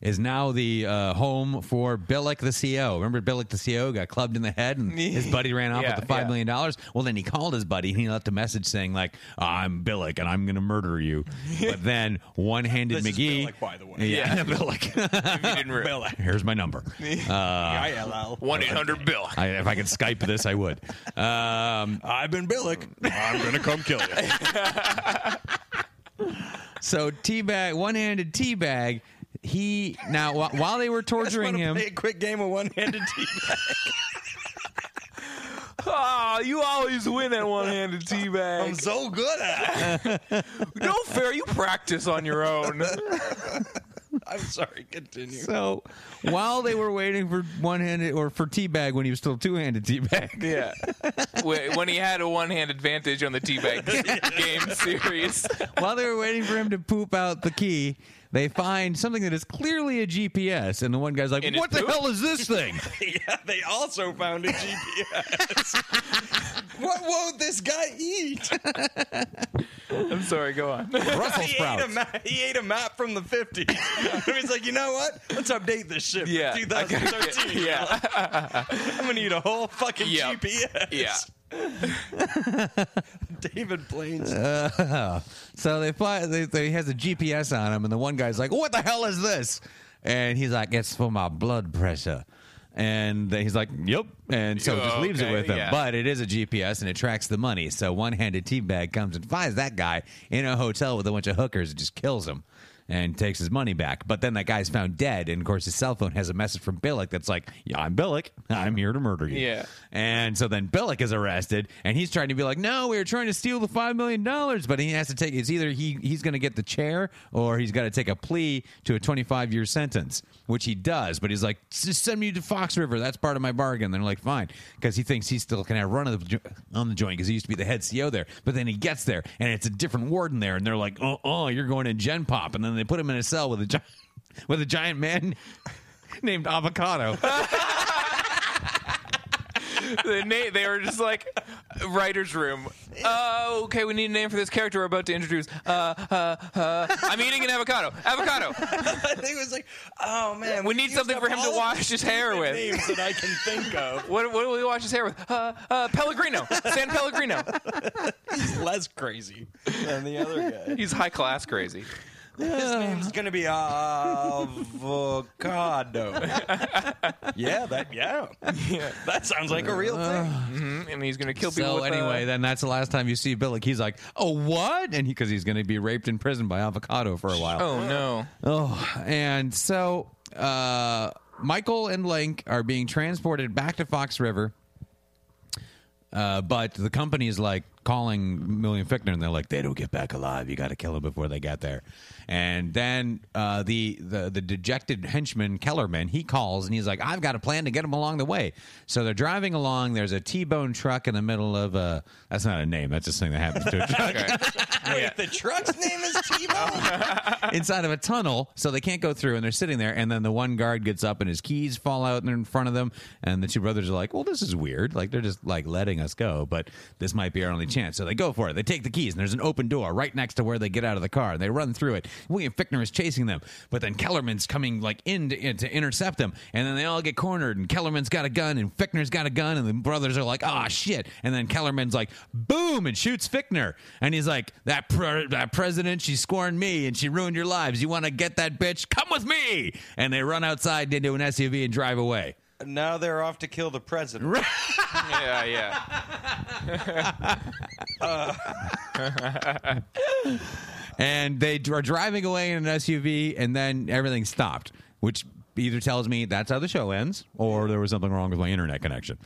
C: is now the uh, home for Billick the CEO. Remember Billick the CEO got clubbed in the head and his buddy ran off
A: Yeah,
C: with the five
A: yeah.
C: million dollars. Well, then he called his buddy and he left a message saying like, "I'm Billick and I'm going to murder you." But then one-handed
B: This is
C: McGee,
B: Billick, by the way.
C: yeah, Billick.
A: you didn't re-
C: Here's my number.
B: I-L-L.
A: Uh, one eight hundred Bill.
C: I, if I could Skype this, I would. Um,
B: I've been Billick. I'm gonna come kill you.
C: so teabag, one-handed teabag. He now wh- while they were torturing him,
B: Play a quick game of one-handed teabag.
A: Oh, you always win that one-handed
B: I'm
A: teabag.
B: so good at. it.
A: No fair. You practice on your own.
B: I'm sorry. Continue.
C: So while they were waiting for one handed or for teabag when he was still two handed teabag,
A: Yeah. Wh- When he had a one-hand advantage on the teabag game series.
C: while they were waiting for him to poop out the key, they find something that is clearly a GPS, and the one guy's like,
A: In his
C: "What the
A: poop?
C: hell is this thing?"
B: yeah, they also found a GPS. what won't this guy eat?
A: I'm sorry. Go on.
C: Brussels
B: He ate, a
C: sprouts.
B: map, he ate a map from the 50s. He's like, you know what? Let's update this shit. for
A: Yeah, I gotta get-
B: 2013.
A: yeah.
B: I'm going to need a whole fucking
A: Yep.
B: GPS.
A: Yeah.
B: David Blaine's.
C: So they fly. They, they, he has a GPS on him, and the one guy's like, "What the hell is this?" And he's like, "It's for my blood pressure." And then he's like, "Yep." And so just leaves it
A: Oh, Okay,
C: with him.
A: yeah.
C: But it is a GPS, and it tracks the money. So one-handed teabag comes and finds that guy in a hotel with a bunch of hookers and just kills him. And takes his money back, but then that guy's found dead, and of course his cell phone has a message from Billick that's like, "Yeah, I'm Billick. I'm here to murder you."
A: Yeah.
C: And so then Billick is arrested, and he's trying to be like, "No, we were trying to steal the five million dollars," but he has to take. It's either he he's going to get the chair, or he's got to take a plea to a twenty-five year sentence, which he does. But he's like, "Just send me to Fox River. That's part of my bargain." They're like, "Fine," because he thinks he still can have run of the, jo- on the joint because he used to be the head CEO there. But then he gets there, and it's a different warden there, and they're like, "Oh, oh, you're going to Gen Pop," and then they put him in a cell with a giant with a giant man named Avocado.
A: the name they were just like writer's room uh, okay we need a name for this character we're about to introduce uh, uh, uh, i'm eating an avocado avocado
B: I think it was like, oh man.
A: We need
B: used
A: something
B: up
A: for him to
B: all
A: wash
B: the
A: his hair with.
B: Names that I can think of.
A: what, what do we wash his hair with uh, uh, pellegrino san pellegrino
B: He's less crazy than the other guy.
A: he's high class crazy
B: His name's gonna be avocado. yeah, that yeah. That sounds like a real thing.
A: Mhm, and he's gonna kill people.
C: So
A: with, uh,
C: anyway, then that's the last time you see Billick. He's like, "Oh, what?" And because he's going to be raped in prison by avocado for a while.
A: oh no,
C: Oh, and so uh, Michael and Link are being transported back to Fox River. Uh, but the company is like calling Million Fickner, and they're like, "They don't get back alive. You got to kill them before they get there." And then uh, the, the the dejected henchman Kellerman he calls, and he's like, "I've got a plan to get them along the way." So they're driving along. There's a T-bone truck in the middle of a. That's not a name. That's just something that happens to a truck
B: Wait, the truck's name is Tebow.
C: inside of a tunnel, so they can't go through, and they're sitting there. And then the one guard gets up, and his keys fall out, and they're in front of them. And the two brothers are like, "Well, this is weird. Like they're just like letting us go, but this might be our only chance." So they go for it. They take the keys, and there's an open door right next to where they get out of the car. They run through it. William Fickner is chasing them, but then Kellerman's coming like in to, in to intercept them, and then they all get cornered. And Kellerman's got a gun, and Fickner's got a gun, and the brothers are like, "Ah, shit!" And then Kellerman's like, "Boom!" and shoots Fickner, and he's like, "That pre- that president, she scorned me, and she ruined your lives. You want to get that bitch? Come with me!" And they run outside into an SUV and drive away.
B: now they're off to kill the president.
A: yeah, yeah.
C: and they dr- are driving away in an SUV, and then everything stopped, which either tells me that's how the show ends, or there was something wrong with my internet connection.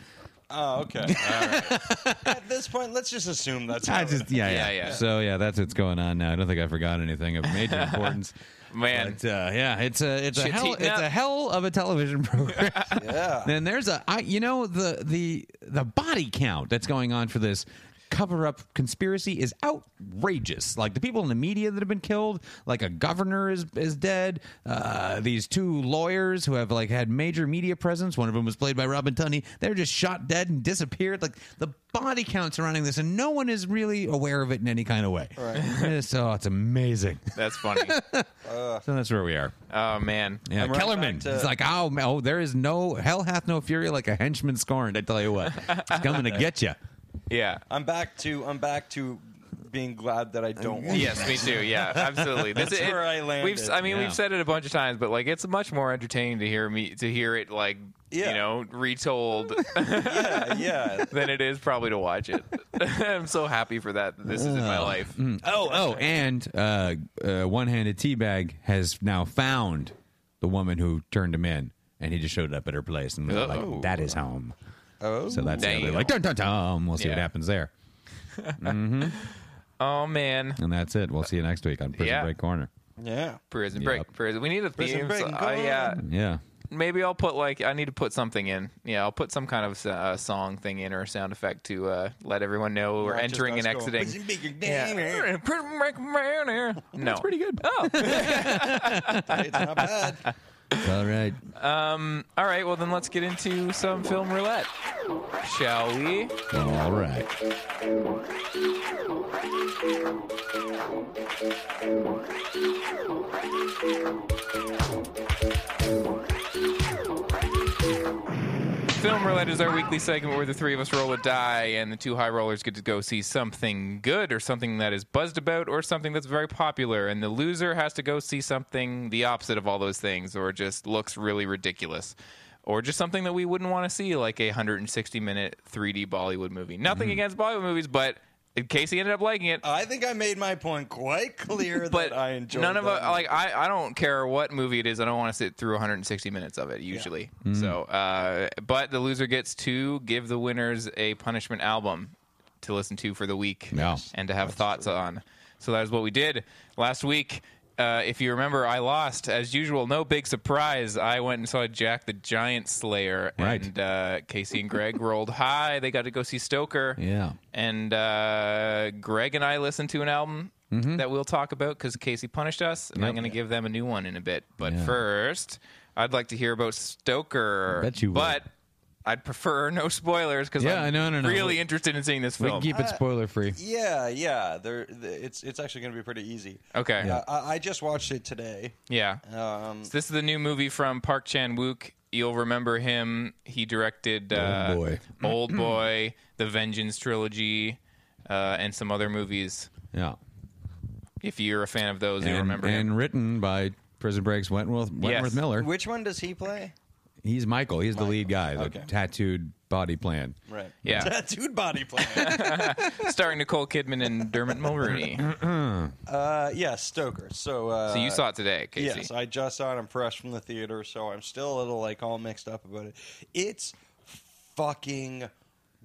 B: Oh, okay. All right. At this point, let's just assume that's how
C: I
B: it
C: just, yeah,
A: Yeah,
C: yeah,
A: yeah.
C: So yeah, that's what's going on now. I don't think I forgot anything of major importance.
A: Man.
C: But, uh, yeah, it's a it's a
A: Shit's
C: hell
A: heating
C: it's
A: up.
C: a hell of a television program. yeah. Then there's a I, you know the the the body count that's going on for this cover up conspiracy is outrageous. Like the people in the media that have been killed, like a governor is is dead. Uh, these two lawyers who have like had major media presence. One of them was played by Robin Tunney. They're just shot dead and disappeared. Like the body count surrounding this, and no one is really aware of it in any kind of way. Right. so it's amazing.
A: That's funny.
C: So that's where we are.
A: Oh man.
C: Yeah,
B: I'm right
C: Kellerman.
B: back to-
C: He's like, oh, ma- oh, there is no hell hath no fury like a henchman scorned. I tell you what, it's coming to get you.
A: Yeah.
B: I'm back to I'm back to being glad that I don't. Want
A: Yes, me too. Yeah, absolutely. This
B: That's
A: is
B: where I landed.
A: We've, I mean,
C: Yeah.
A: we've said it a bunch of times, but like, it's much more entertaining to hear me to hear it like
B: Yeah.
A: you know retold
B: Yeah, yeah.
A: than it is probably to watch it. I'm so happy for that. This is in
B: Ah.
A: my life.
B: Mm.
C: Oh, oh, and uh, uh, one-handed teabag has now found the woman who turned him in, and he just showed up at her place and was
A: Uh-oh.
C: like, that is home.
B: Oh,
C: So that's the
A: Damn.
C: other, like, dun dun dun. We'll see what
A: Yeah.
C: happens there,
A: Oh man,
C: and that's it. We'll see you next week on Prison
A: Yeah.
C: Break Corner.
B: yeah.
A: prison break.
C: Yep.
A: Prison. We need a
B: Prison
A: theme.
B: break,
A: so-
B: go
A: uh, yeah,
C: Yeah.
A: maybe I'll put like I need to put something in. Yeah, I'll put some kind of uh, song thing in or a sound effect to uh, let everyone know we're
B: Not just
A: entering
B: us
A: and
B: going,
A: exiting.
B: "Prison break, your name is-"
A: Yeah. Prison break, man, eh. No,
C: That's pretty good.
B: It's not bad.
C: All right.
A: All right, well then let's get into some film roulette, shall we?
C: All right.
A: Film roulette is our weekly segment where the three of us roll a die, and the two high rollers get to go see something good or something that is buzzed about or something that's very popular, and the loser has to go see something the opposite of all those things, or just looks really ridiculous. Or just something that we wouldn't want to see, like a 160 minute 3D Bollywood movie. Nothing against Bollywood movies, but in case he ended up liking it,
B: I think I made my point quite clear
A: but
B: that I enjoyed.
A: none of
B: that
A: a, like I, I don't care what movie it is. I don't want to sit through 160 minutes of it usually.
C: Mm-hmm.
A: So, uh, but the loser gets to give the winners a punishment album to listen to for the week
C: Yeah.
A: and to have thoughts on. So that is what we did last week. Uh, if you remember, I lost as usual. No big surprise. I went and saw Jack the Giant Slayer,
C: Right.
A: and uh, Casey and Greg rolled high. They got to go see Stoker.
C: Yeah.
A: And uh, Greg and I listened to an album
C: Mm-hmm.
A: that we'll talk about because Casey punished us, and I'm going to give them a new one in a bit. But
C: Yeah.
A: first, I'd like to hear about Stoker.
C: bet you would.
A: But I'd prefer no spoilers because
C: Yeah,
A: I'm
C: no, no, no.
A: really
C: We-
A: interested in seeing this
C: We can
A: film.
C: keep it spoiler free.
B: Yeah, yeah. There, th- it's it's actually going to be pretty easy.
A: okay. Yeah.
B: Uh, I, I just watched it today. Um,
A: So this is the new movie from Park Chan Wook. You'll remember him. He directed uh,
C: Boy. Mm-hmm.
A: Old Boy, the Vengeance trilogy, uh, and some other movies.
C: Yeah.
A: If you're a fan of those, you
C: and,
A: remember him.
C: and written by Prison Break's Wentworth, Wentworth Miller.
B: Which one does he play?
C: He's Michael. He's the lead guy, the
B: Okay.
C: tattooed body plan.
B: Right.
A: Yeah.
B: Tattooed body plan.
A: starring Nicole Kidman and Dermot Mulroney.
B: uh, yeah, Stoker. So, uh,
A: so you saw it today, Casey?
B: Yes, I just saw it. I'm fresh from the theater, so I'm still a little like all mixed up about it. It's fucking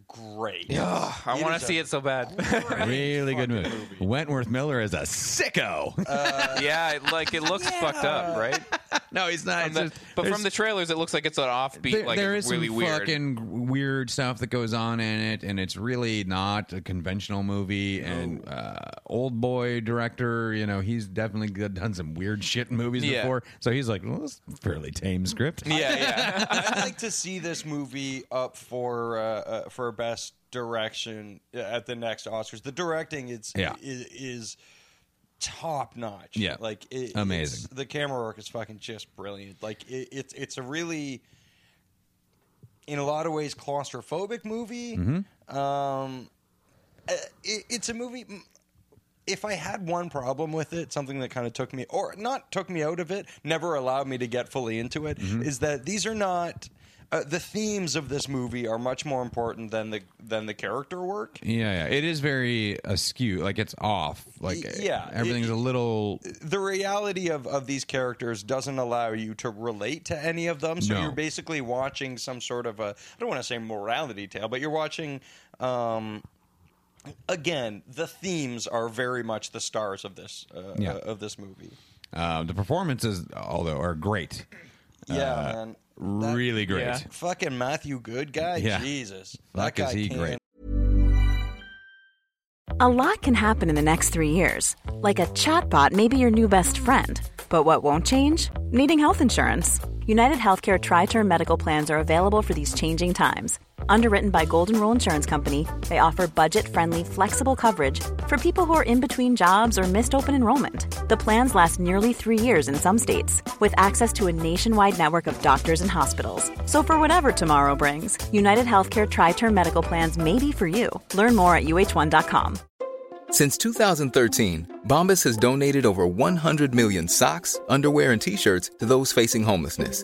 B: great.
A: Ugh, I want to see it so bad.
C: Really good
B: fucking
C: movie. Wentworth Miller is a sicko.
A: Uh,
C: Uh,
A: yeah, it, like it looks fucked up, right?
C: no, he's not.
A: From the- but from the trailers, it looks like it's an offbeat,
C: there,
A: like
C: there
A: it's
C: is
A: really
C: some
A: weird.
C: fucking weird stuff that goes on in it, and it's really not a conventional movie. And uh, old boy director, you know, he's definitely g- done some weird shit in movies
A: Yeah.
C: before. So he's like, well, it's a fairly tame script.
A: yeah, yeah.
B: I'd like to see this movie up for uh, uh, for best direction uh, at the next Oscars. The directing it's
C: Yeah.
B: is, is top notch.
C: Yeah.
B: like it, it's-
C: Amazing.
B: the camera work is fucking just brilliant. Like it, it's it's a really in a lot of ways claustrophobic movie.
C: Mm-hmm.
B: Um, uh, it, it's a movie. m- If I had one problem with it, something that kind of took me, or not took me out of it, never allowed me to get fully into it, is
C: Mm-hmm.
B: that these are not. Uh, the themes of this movie are much more important than the than the character work.
C: Yeah, yeah. It is very askew. Like it's off. Like
B: Y- yeah.
C: everything's a little.
B: the reality of, of these characters doesn't allow you to relate to any of them. So
C: No.
B: you're basically watching some sort of a I don't want to say morality tale, but you're watching um, again the themes are very much the stars of this uh,
C: Yeah.
B: uh, of this movie.
C: Uh, the performances, although, are great.
B: Yeah, man. That
C: Uh, really great.
A: Yeah.
B: Fucking Matthew Good guy,
C: Yeah.
B: Jesus,
C: Fuck, is
B: that guy
C: he
B: can.
C: great.
D: A lot can happen in the next three years. Like a chatbot may be your new best friend. But what won't change? Needing health insurance. United Healthcare Tri Term Medical Plans are available for these changing times. Underwritten by Golden Rule Insurance Company, they offer budget friendly, flexible coverage for people who are in between jobs or missed open enrollment. The plans last nearly three years in some states, with access to a nationwide network of doctors and hospitals. So, for whatever tomorrow brings, United Healthcare Tri Term Medical Plans may be for you. Learn more at uh1.com.
E: Since 2013, Bombas has donated over 100 million socks, underwear, and t shirts to those facing homelessness.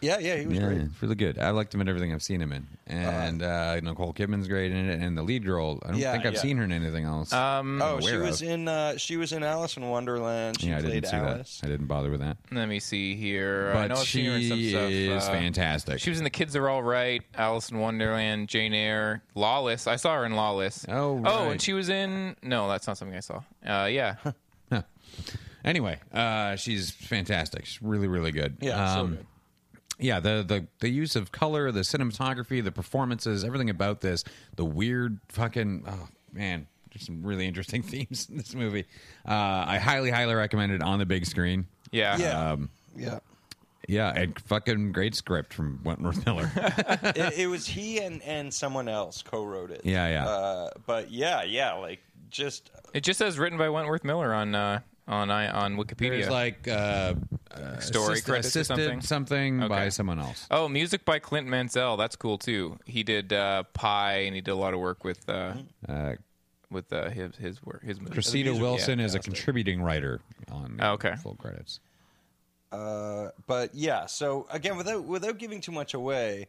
B: Yeah, yeah, he was
C: yeah,
B: great.
C: it's really good. I liked him in everything I've seen him in, and uh, Nicole Kidman's great in it, and the lead girl. I don't
B: Yeah,
C: think I've
B: yeah.
C: seen her in anything else.
A: Um,
B: Oh, she
C: aware
B: was
C: of.
B: in uh, she was in Alice in Wonderland. She
C: yeah, I
B: played
C: didn't see
B: Alice.
C: that. I didn't bother with that.
A: let me see here. I
C: But
A: know I've
C: she
A: seen her in some stuff.
C: is
A: uh,
C: fantastic.
A: She was in The Kids Are All Right, Alice in Wonderland, Jane Eyre, Lawless. I saw her in Lawless. Oh,
C: Oh, right.
A: and she was in. No, that's not something I saw. Uh, yeah.
C: anyway, uh, she's fantastic. She's really, really good. Um,
B: Yeah, so good.
C: Yeah, the, the the use of color, the cinematography, the performances, everything about this, the weird fucking oh man, there's some really interesting themes in this movie. Uh, I highly, highly recommend it on the big screen.
A: Yeah.
B: Yeah,
C: um,
B: yeah.
C: Yeah, and fucking great script from Wentworth Miller.
B: it, it was he and and someone else co-wrote it.
C: Yeah, yeah.
B: Uh, but yeah, yeah, like just
A: It just says written by Wentworth Miller on uh, on I on Wikipedia.
C: There's like uh, uh,
A: Story
C: assist-
A: credits or
C: assisted
A: something?
C: something by
A: Okay.
C: someone else.
A: oh, music by Clint Mansell. That's cool too. He did uh, Pie, and he did a lot of work with uh,
C: Uh,
A: with uh, his his work his movies.
C: Cressida Wilson is a contributing writer on
A: Oh, okay.
C: full credits.
B: uh, but yeah. So again, without without giving too much away,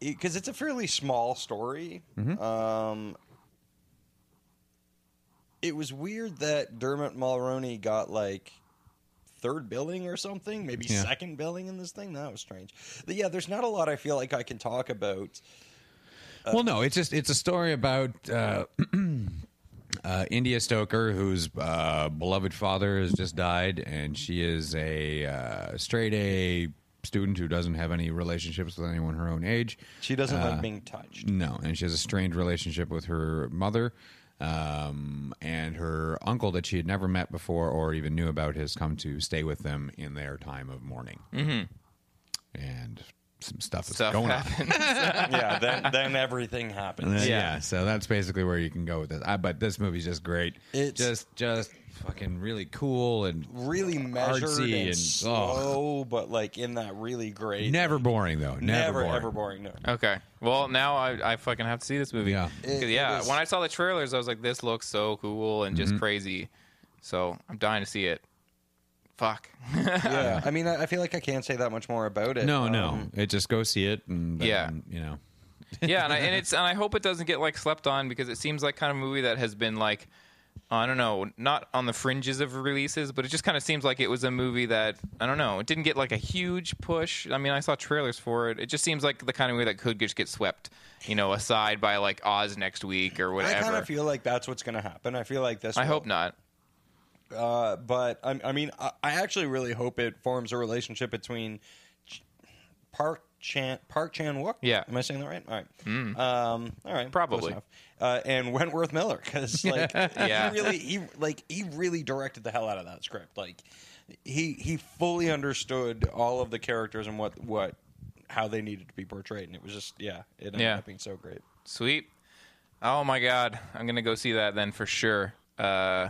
B: because it's a fairly small story.
C: Mm-hmm.
B: Um, it was weird that Dermot Mulroney got like third billing or something, maybe
C: Yeah.
B: second billing in this thing. That was strange. But yeah, there's not a lot I feel like I can talk about.
C: Uh, well, no, it's just it's a story about uh, uh, India Stoker, whose uh, beloved father has just died, and she is a uh, straight A student who doesn't have any relationships with anyone her own age.
B: She doesn't like being touched.
C: No, and she has a strained relationship with her mother. Uh, um, and her uncle that she had never met before or even knew about has come to stay with them in their time of mourning. Mm-hmm. And some stuff is
A: Stuff
C: going on.
A: happens.
B: yeah, then then everything happens.
C: And then-
A: Yeah.
C: Uh, yeah. so that's basically where you can go with this. I, but this movie's just great.
B: It's-
C: just just fucking really cool and
B: Really measured
C: Artsy and-
B: and,
C: oh.
B: slow, but like in that really great.
C: never boring though. Never,
B: never,
C: boring.
B: ever boring. No.
A: okay. Well, now I, I fucking have to see this movie.
C: Yeah.
A: 'Cause,
B: It-
A: yeah.
B: it is-
A: When I saw the trailers, I was like, this looks so cool and just crazy. So I'm dying to see it. Fuck.
B: Yeah, I mean, I, I feel like I can't say that much more about it.
C: Uh-uh. No,
B: Um,
C: no. It just go see it and
A: Mm-hmm.
C: then,
A: Yeah.
C: you know.
A: yeah, and, I, and it's and I hope it doesn't get like slept on because it seems like kind of movie that has been like I don't know, not on the fringes of releases, but it just kind of seems like it was a movie that I don't know, it didn't get like a huge push. I mean, I saw trailers for it. It just seems like the kind of movie that could just get swept, you know, aside by like Oz next week or
B: I
A: whatever.
B: kind of feel like that's what's going to happen. I feel like this.
A: I
B: will.
A: hope not.
B: but I, I mean, I, I actually really hope it forms a relationship between Ch- Park Chan Park Chan Wook.
A: Yeah. Mm.
B: am I saying that right? All right, um, all right, close
A: Probably.
B: enough. Uh, and Wentworth Miller because like
A: Yeah.
B: he really he like he really directed the hell out of that script. Like he he fully understood all of the characters and what what how they needed to be portrayed, and it was just yeah, it ended
A: Yeah.
B: up being so great.
A: Sweet. Oh my god, I'm gonna go see that then for sure. Uh,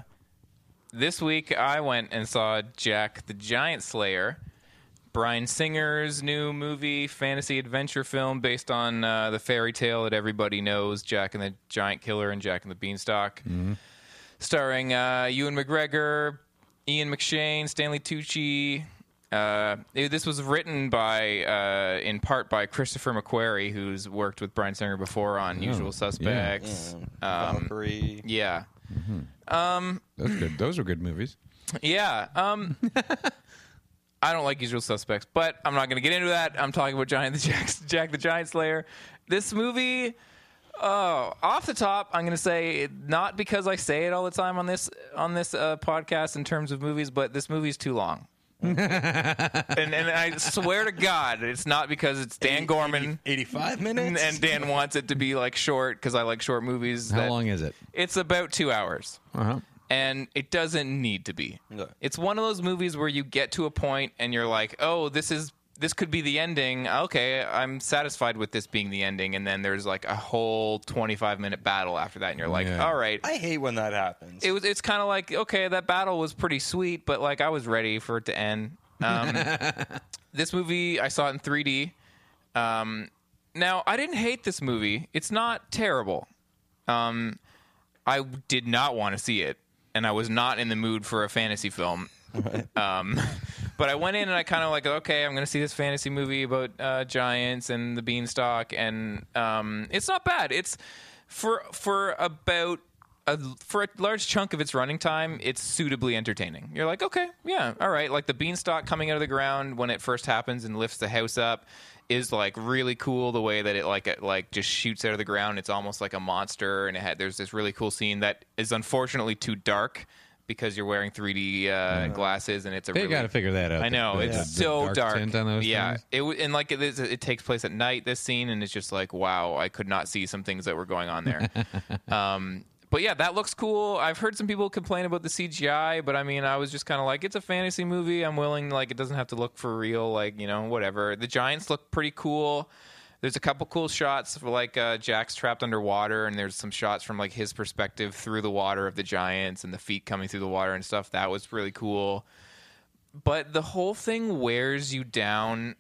A: this week I went and saw Jack the Giant Slayer, Brian Singer's new movie fantasy adventure film based on uh, the fairy tale that everybody knows, Jack and the Giant Killer and Jack and the Beanstalk, starring uh, Ewan McGregor, Ian McShane, Stanley Tucci. Uh, it- this was written by, uh, in part, by Christopher McQuarrie, who's worked with Brian Singer before on Usual Suspects. Um,
B: Valkyrie.
A: yeah.
C: Those are good. Those are good movies.
A: Yeah. Um, I don't like Usual Suspects, but I'm not going to get into that. I'm talking about Giant the Jack, Jack the Giant Slayer. This movie, oh, off the top, I'm going to say not because I say it all the time on this on this uh, podcast in terms of movies, but this movie's too long. and and I swear to God, it's not because it's Dan Gorman.
B: 85
A: And
B: minutes
A: and Dan wants it to be like short because I like short movies.
C: How
A: that-
C: long is it?
A: It's about two hours
C: Uh-huh.
A: and it doesn't need to be.
B: No.
A: It's one of those movies where you get to a point and you're like, "Oh, this is this could be the ending. Okay, I'm satisfied with this being the ending." And then there's like a whole 25 minute battle after that and you're like,
C: Yeah.
A: "All right."
B: I hate when that happens.
A: it was it's kind of like, "Okay, that battle was pretty sweet, but like I was ready for it to end." Um, this movie, I saw it in 3D. Um, now, I didn't hate this movie. It's not terrible. Um, I did not want to see it, and I was not in the mood for a fantasy film. um, but I went in and I kind of like, okay, I'm going to see this fantasy movie about uh, giants and the beanstalk, and um, it's not bad. It's for for about. A, for a large chunk of its running time, it's suitably entertaining. You're like, okay, yeah, all right. Like the beanstalk coming out of the ground when it first happens and lifts the house up is like really cool the way that it like it, like just shoots out of the ground it's almost like a monster and it had, there's this really cool scene that is unfortunately too dark because you're wearing 3D uh, glasses and it's a
C: They
A: really
C: got to figure that out.
A: I know
C: The-
A: it's
C: the- the
A: so dark.
C: tint on those
A: yeah,
C: things.
A: it w- and like it, is- it takes place at night. This scene and it's just like wow, I could not see some things that were going on there. um, but yeah, that looks cool. I've heard some people complain about the CGI, but I mean, I was just kind of like, it's a fantasy movie. I'm willing, like, it doesn't have to look for real, like you know, whatever. The giants look pretty cool. There's a couple cool shots for like uh, Jack's trapped underwater, and there's some shots from like his perspective through the water of the giants and the feet coming through the water and stuff. That was really cool but the whole thing wears you down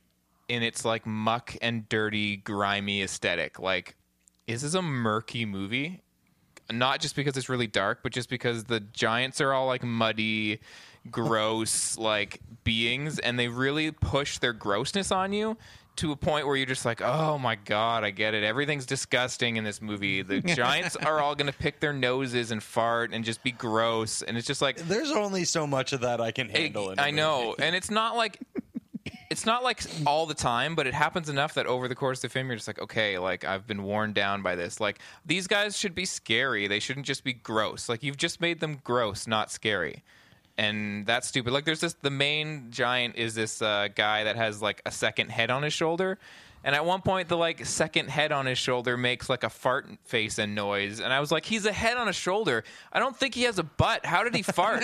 A: in its like muck and dirty, grimy aesthetic. Like, is this a murky movie? Not just because it's really dark, but just because the giants are all like muddy, gross like beings, and they really push their grossness on you to a point where you're just like, oh my god, I get it. Everything's disgusting in this movie. The giants are all gonna pick their noses and fart and just be gross, and it's just like
B: There's only so much of that I can
A: it-
B: handle. in a
A: I know,
B: movie.
A: and it's not like it's not like all the time, but it happens enough that over the course of the film, you're just like, okay, like I've been worn down by this. Like these guys should be scary; they shouldn't just be gross. Like you've just made them gross, not scary. and that's stupid. Like there's this the main giant is this uh, guy that has like a second head on his shoulder. And at one point, the like second head on his shoulder makes like a fart face and noise, and I was like, "He's a head on a shoulder. I don't think he has a butt. How did he fart?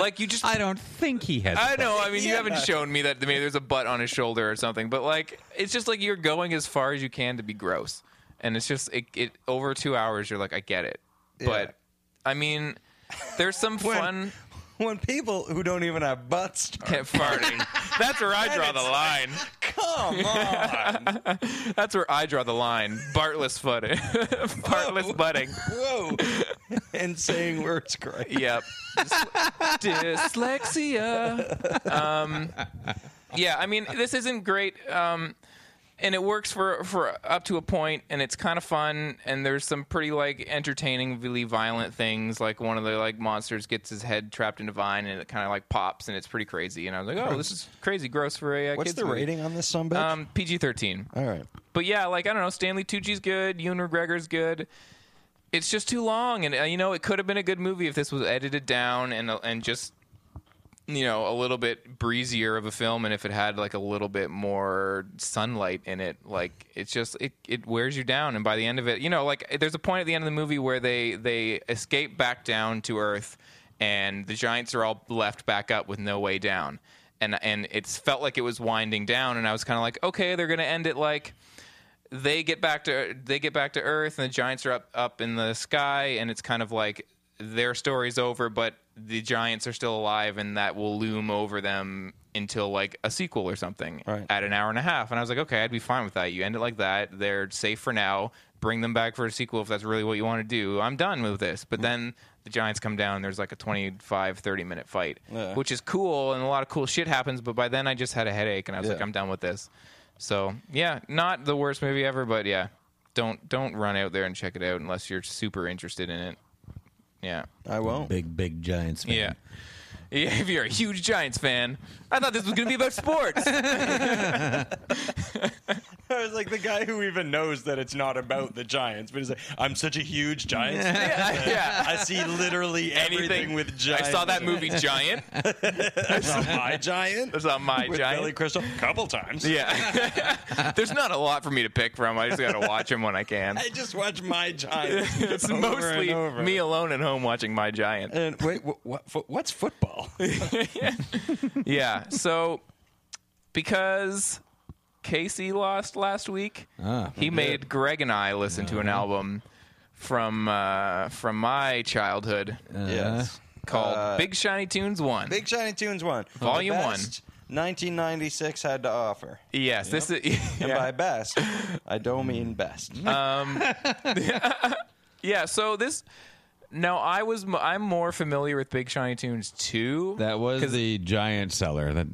A: like you just
C: I don't think he has.
A: I know. I mean, you haven't shown me that maybe there's a butt on his shoulder or something, but like, it's just like you're going as far as you can to be gross, and it's just it, it over two hours. You're like, I get it, but I mean, there's some fun
B: When people who don't even have butts start,
A: farting. That's where I draw the line.
B: come on,
A: That's where I draw the line. Bartless footing, bartless butting.
B: whoa, and saying words great.
A: Yep. Dyslexia. Um, yeah, I mean, this isn't great. Um, and it works for, for up to a point, and it's kind of fun. And there's some pretty like entertainingly violent things. Like one of the like monsters gets his head trapped in a vine, and it kind of like pops, and it's pretty crazy. And I was like, oh, this is crazy, gross for a uh,
B: What's
A: kids
B: the
A: movie.
B: rating on this, son? of a bitch?
A: Um, PG thirteen.
B: All right.
A: But yeah, like I don't know, Stanley Tucci's good, Ewan McGregor's good. It's just too long, and uh, you know it could have been a good movie if this was edited down and uh, and just you know a little bit breezier of a film, and if it had like a little bit more sunlight in it. Like it's just it it wears you down, and by the end of it, you know, like there's a point at the end of the movie where they they escape back down to Earth, and the giants are all left back up with no way down. And, and it's felt like it was winding down, and I was kind of like, okay, they're gonna end it like they get back to they get back to Earth, and the giants are up up in the sky, and it's kind of like their story's over, but the giants are still alive, and that will loom over them until like a sequel or something
B: Right.
A: at an hour and a half. And I was like, okay, I'd be fine with that. You end it like that; they're safe for now. Bring them back for a sequel if that's really what you want to do. I'm done with this. But then the giants come down. There's like a 25, 30 minute fight, which is cool, and a lot of cool shit happens. But by then, I just had a headache, and I was like, I'm done with this. So yeah, not the worst movie ever, but yeah, don't don't run out there and check it out unless you're super interested in it. Yeah,
B: I won't.
F: Big, big Giants fan.
A: yeah. Yeah, if you're a huge Giants fan, I thought this was gonna be about sports.
B: I was like the guy who even knows that it's not about the Giants, but he's like, I'm such a huge Giants fan.
A: yeah,
B: I see literally everything
A: anything
B: with Giants.
A: I saw that movie Giant.
B: I saw my Giant.
A: I saw my
B: with
A: Giant.
B: Billy Crystal a couple times.
A: yeah, there's not a lot for me to pick from. I just gotta watch them when I can.
B: I just watch my Giant.
A: It's
B: over
A: mostly
B: and over.
A: me alone at home watching my Giant.
B: And wait, what, what, fo- what's football?
A: Yeah. So because Casey lost last week, he made Greg and I listen to an album from uh, from my childhood
B: yes.
A: called Big Shiny Tunes One.
B: Big Shiny Tunes one,
A: Volume
B: The
A: one.
B: best 1996 had to offer.
A: yes, this is
B: And by best, I don't mean best.
A: yeah. So this. No, I was m- I'm more familiar with Big Shiny Tunes two.
C: That was the giant seller that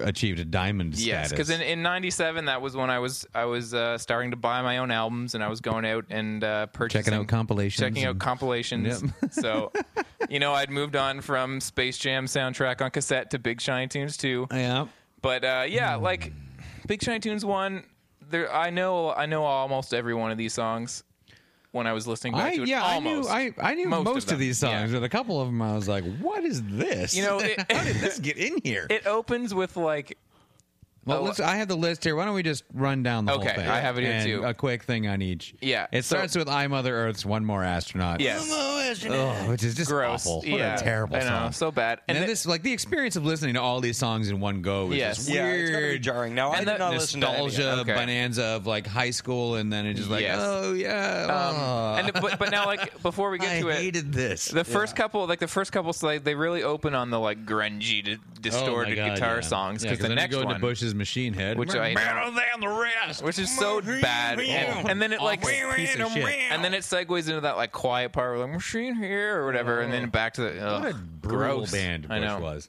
C: achieved a diamond
A: Yes,
C: status.
A: because in in '97 that was when I was I was uh, starting to buy my own albums and I was going out and uh, purchasing
C: Checking out compilations
A: checking out
C: and-
A: compilations. so, you know, I'd moved on from Space Jam soundtrack on cassette to Big Shiny Tunes two.
C: yeah,
A: But uh, yeah, like Big Shiny Tunes one, there I know I know almost every one of these songs when I was listening back
C: I
A: to it.
C: yeah
A: almost.
C: I knew I, I knew most, of,
A: them.
C: these songs,
A: Yeah.
C: but a couple of them I was like, "What is this?
A: You know, it-
C: how did this get in here?"
A: It opens with like
C: Well,
A: Oh,
C: let's, I have the list here. Why don't we just run down the
A: Okay,
C: whole thing?
A: I have it here,
C: And
A: too.
C: A quick thing on each.
A: Yeah,
C: It
A: so-
C: starts with "I Mother Earth's One More Astronaut."
A: Yes. One
C: Oh, which is just
A: gross.
C: awful. What
A: yeah,
C: a terrible
A: I know,
C: song.
A: so bad.
C: and, then this, like the experience of listening to all these songs in one go is
A: Yes.
C: just
B: yeah,
C: weird.
B: it's gotta be jarring. Now I
A: And
B: did
A: the
B: not listen to any of
C: nostalgia
B: it.
A: Okay.
C: bonanza of like high school, and then it's just like,
A: Yes. Um,
C: oh yeah, oh,
A: and but but now like before we get
C: I
A: to it,
C: hated this.
A: The first couple, like the first couple, slides, they really open on the like grungy, d-
C: Oh
A: distorted guitar songs because the
C: then
A: next
C: you go
A: one,
C: into Bush's Machine Head,
A: which I better than the rest, which is so bad, and, and then it like
C: Awful piece of shit.
A: and then it segues into that like quiet part, where like machine here or whatever, and then back to the ugh,
C: Oh. What a brutal
A: gross
C: band
A: I
C: Bush
A: know.
C: was.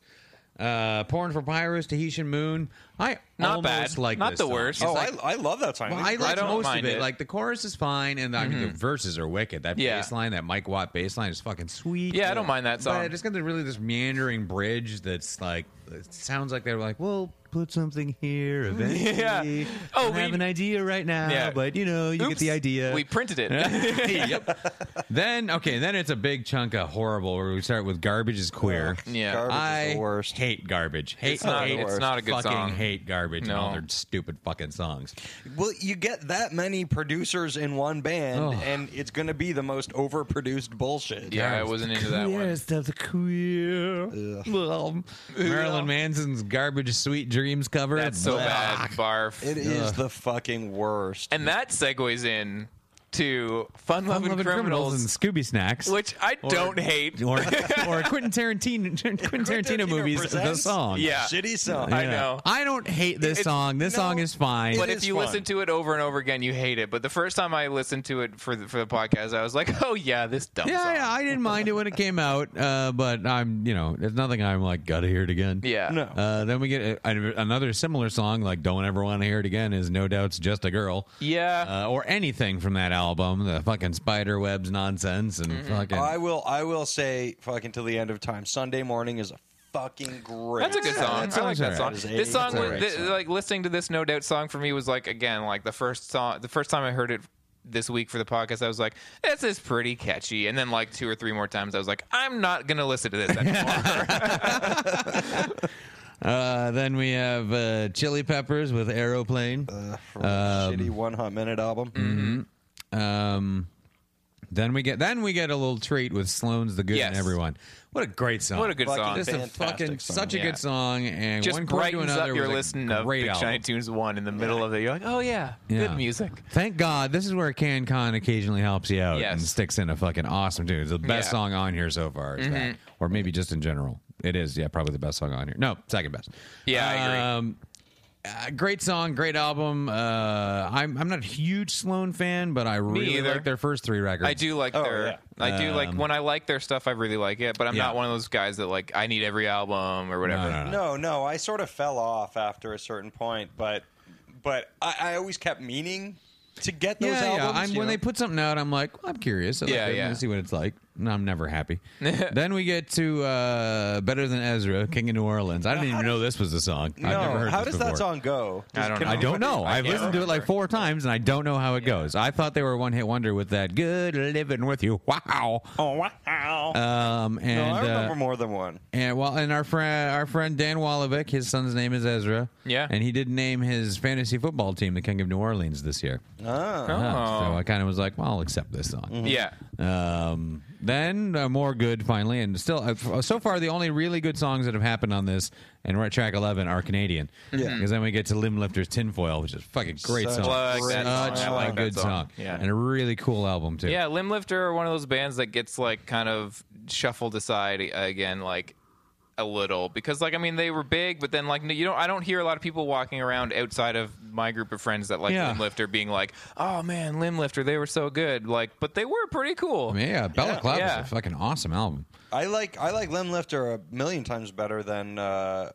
C: Uh, Porn for Pyros, Tahitian Moon. I
A: Not
C: almost
A: bad.
C: like
A: Not
C: this
A: the
C: song.
A: worst.
B: Oh,
A: It's like-
B: I, I love that song.
C: Well, I
A: I
C: like
A: don't
C: most of
A: mind
C: it.
A: it. Mm-hmm.
C: Like the chorus is fine, and I mean the verses are wicked. That
A: Yeah.
C: bass line, that Mike Watt bass line is fucking sweet.
A: Yeah, I don't mind that song.
C: But it's got the really this meandering bridge that's like it sounds like they're like, well, put something here eventually.
A: Yeah. Oh,
C: I
A: we-
C: have an idea right now,
A: Yeah.
C: but you know, you get
A: Oops,
C: the idea.
A: We printed it.
C: yep. Then okay, then it's a big chunk of horrible where we start with garbage is queer.
A: Yeah.
B: Garbage
C: I
B: is the worst.
C: hate garbage. Hate,
A: It's not-
C: hate,
A: it's not a good
C: fucking
A: song.
C: Hate garbage and
A: No.
C: all their stupid fucking songs.
B: Well, you get that many producers in one band,
C: Oh.
B: and it's going to be the most overproduced bullshit.
A: yeah, I wasn't into that one.
C: Yes, that's queer. Well, Marilyn Manson's garbage sweet dreams cover.
A: That's so
C: Blah.
A: bad. Barf.
B: It is the fucking worst.
A: and that segues in to Fun Loving
C: Loving criminals and
A: Criminals,
C: Scooby Snacks,
A: which I don't hate.
C: or or Quentin Tarantino Quentin Tarantino
B: Tarantino
C: movies. The
B: presents?
C: song.
A: Yeah.
B: Shitty song.
A: I know.
C: I don't hate this
A: It's-
C: song. This
B: no,
C: song is fine.
B: it
A: But
B: is
A: if you
B: fun.
A: listen to it over and over again, you hate it. But the first time I listened to it for the, for the podcast, I was like, "Oh yeah, this dumb
C: Yeah,
A: song."
C: yeah, I didn't mind it when it came out, uh, but I'm, you know, there's nothing I'm like, gotta hear it again.
A: Yeah.
B: No.
C: Uh, then we get a, a- another similar song, like "Don't Ever Want to Hear It Again," is no doubt's just a girl.
A: Yeah.
C: Uh, or anything from that album, the fucking spider webs nonsense and fucking.
B: I will. I will say, fucking till the end of time. Sunday morning is a fucking great.
A: That's a good song.
C: that
A: I like
C: song's
A: that song.
C: alright.
B: That is a-
A: This song,
B: that's
A: was,
B: alright
A: th-
B: song.
A: like listening to this No Doubt song for me was like again like the first song. The first time I heard it this week for the podcast, I was like, "This is pretty catchy." And then like two or three more times, I was like, "I'm not gonna listen to this anymore."
C: Uh, then we have uh, Chili Peppers with Aeroplane.
B: From a shitty one hot minute album.
C: Mm. Um, then we get then we get a little treat with Sloan's "The Good and
A: Yes.
C: Everyone." What a great song!
A: what a good
B: Fucking
A: song!
C: This is a
B: Fantastic
C: fucking
B: song.
C: such a
A: Yeah.
C: good song, and
A: Just
C: one chord to
A: brightens
C: another
A: up your
C: was a
A: listen of
C: great
A: Big
C: album.
A: Shiny Tunes One in the middle of it. You're like, "Oh yeah,
C: Yeah.
A: good music."
C: Thank God, this is where CanCon occasionally helps you out and
A: Yes.
C: sticks in a fucking awesome tune. It's the best
A: Yeah. Mm-hmm.
C: song on here so far, is that. or maybe just in general. It is, yeah, probably the best song on here. No, second best.
A: Yeah, I agree.
C: Um, uh, great song, great album. Uh, I'm I'm not a huge Sloan fan, but I really
A: either.
C: like their first three records.
A: I do like their. I do like when I like their stuff. I really like it, but I'm
C: yeah.
A: not one of those guys that like I need every album or whatever.
B: No, no, I sort of fell off after a certain point, but but I, I always kept meaning to get those
C: Yeah,
B: albums.
C: yeah. I'm,
B: you
C: when
B: know?
C: they put something out, I'm like, I'm curious. I like
A: Yeah,
C: it. I'm
A: yeah.
C: gonna see what it's like. No, I'm never happy. then we get to uh, "Better Than Ezra," King of New Orleans. I didn't even know this was a song.
B: no,
C: I've never heard
B: how
C: this
B: does that
C: before.
B: song go? Does
A: I don't
B: it come
A: know.
C: I
B: out-
C: don't know. I've
A: can't
C: listened to it like
A: remember.
C: four times, and I don't know how it goes. I thought they were one hit wonder with that "Good Living with You." Wow.
B: Oh wow!
A: Uh,
C: Um,
B: no,
C: and
B: I remember
C: uh,
B: more than one.
C: and well, and our friend, our friend Dan Walovic, his son's name is Ezra.
A: Yeah.
C: and he did name his fantasy football team the King of New Orleans this year.
B: Ah,
C: Uh, so I kind of was like, well, I'll accept this song.
A: Yeah.
C: Um, then uh, more good finally, and still uh, f- so far the only really good songs that have happened on this and we're at track eleven are Canadian. Yeah, because then we get to Limb Lifters Tinfoil, which is a fucking great
B: Such
C: song.
A: Plug
B: Great
A: that song.
C: Such
A: I like
C: a
A: that
C: good song.
A: Yeah.
C: and a really cool album too.
A: yeah, Limb Lifter are one of those bands that gets like kind of shuffled aside again, like a little because like I mean they were big, but then like you don't I don't hear a lot of people walking around outside of my group of friends that like
C: Yeah.
A: Limb Lifter being like, oh man, Limb Lifter, they were so good, like but they were pretty cool.
C: I mean, yeah, Bella Cloud
A: Yeah.
C: is a fucking awesome album.
B: I like I like Limb Lifter a million times better than uh,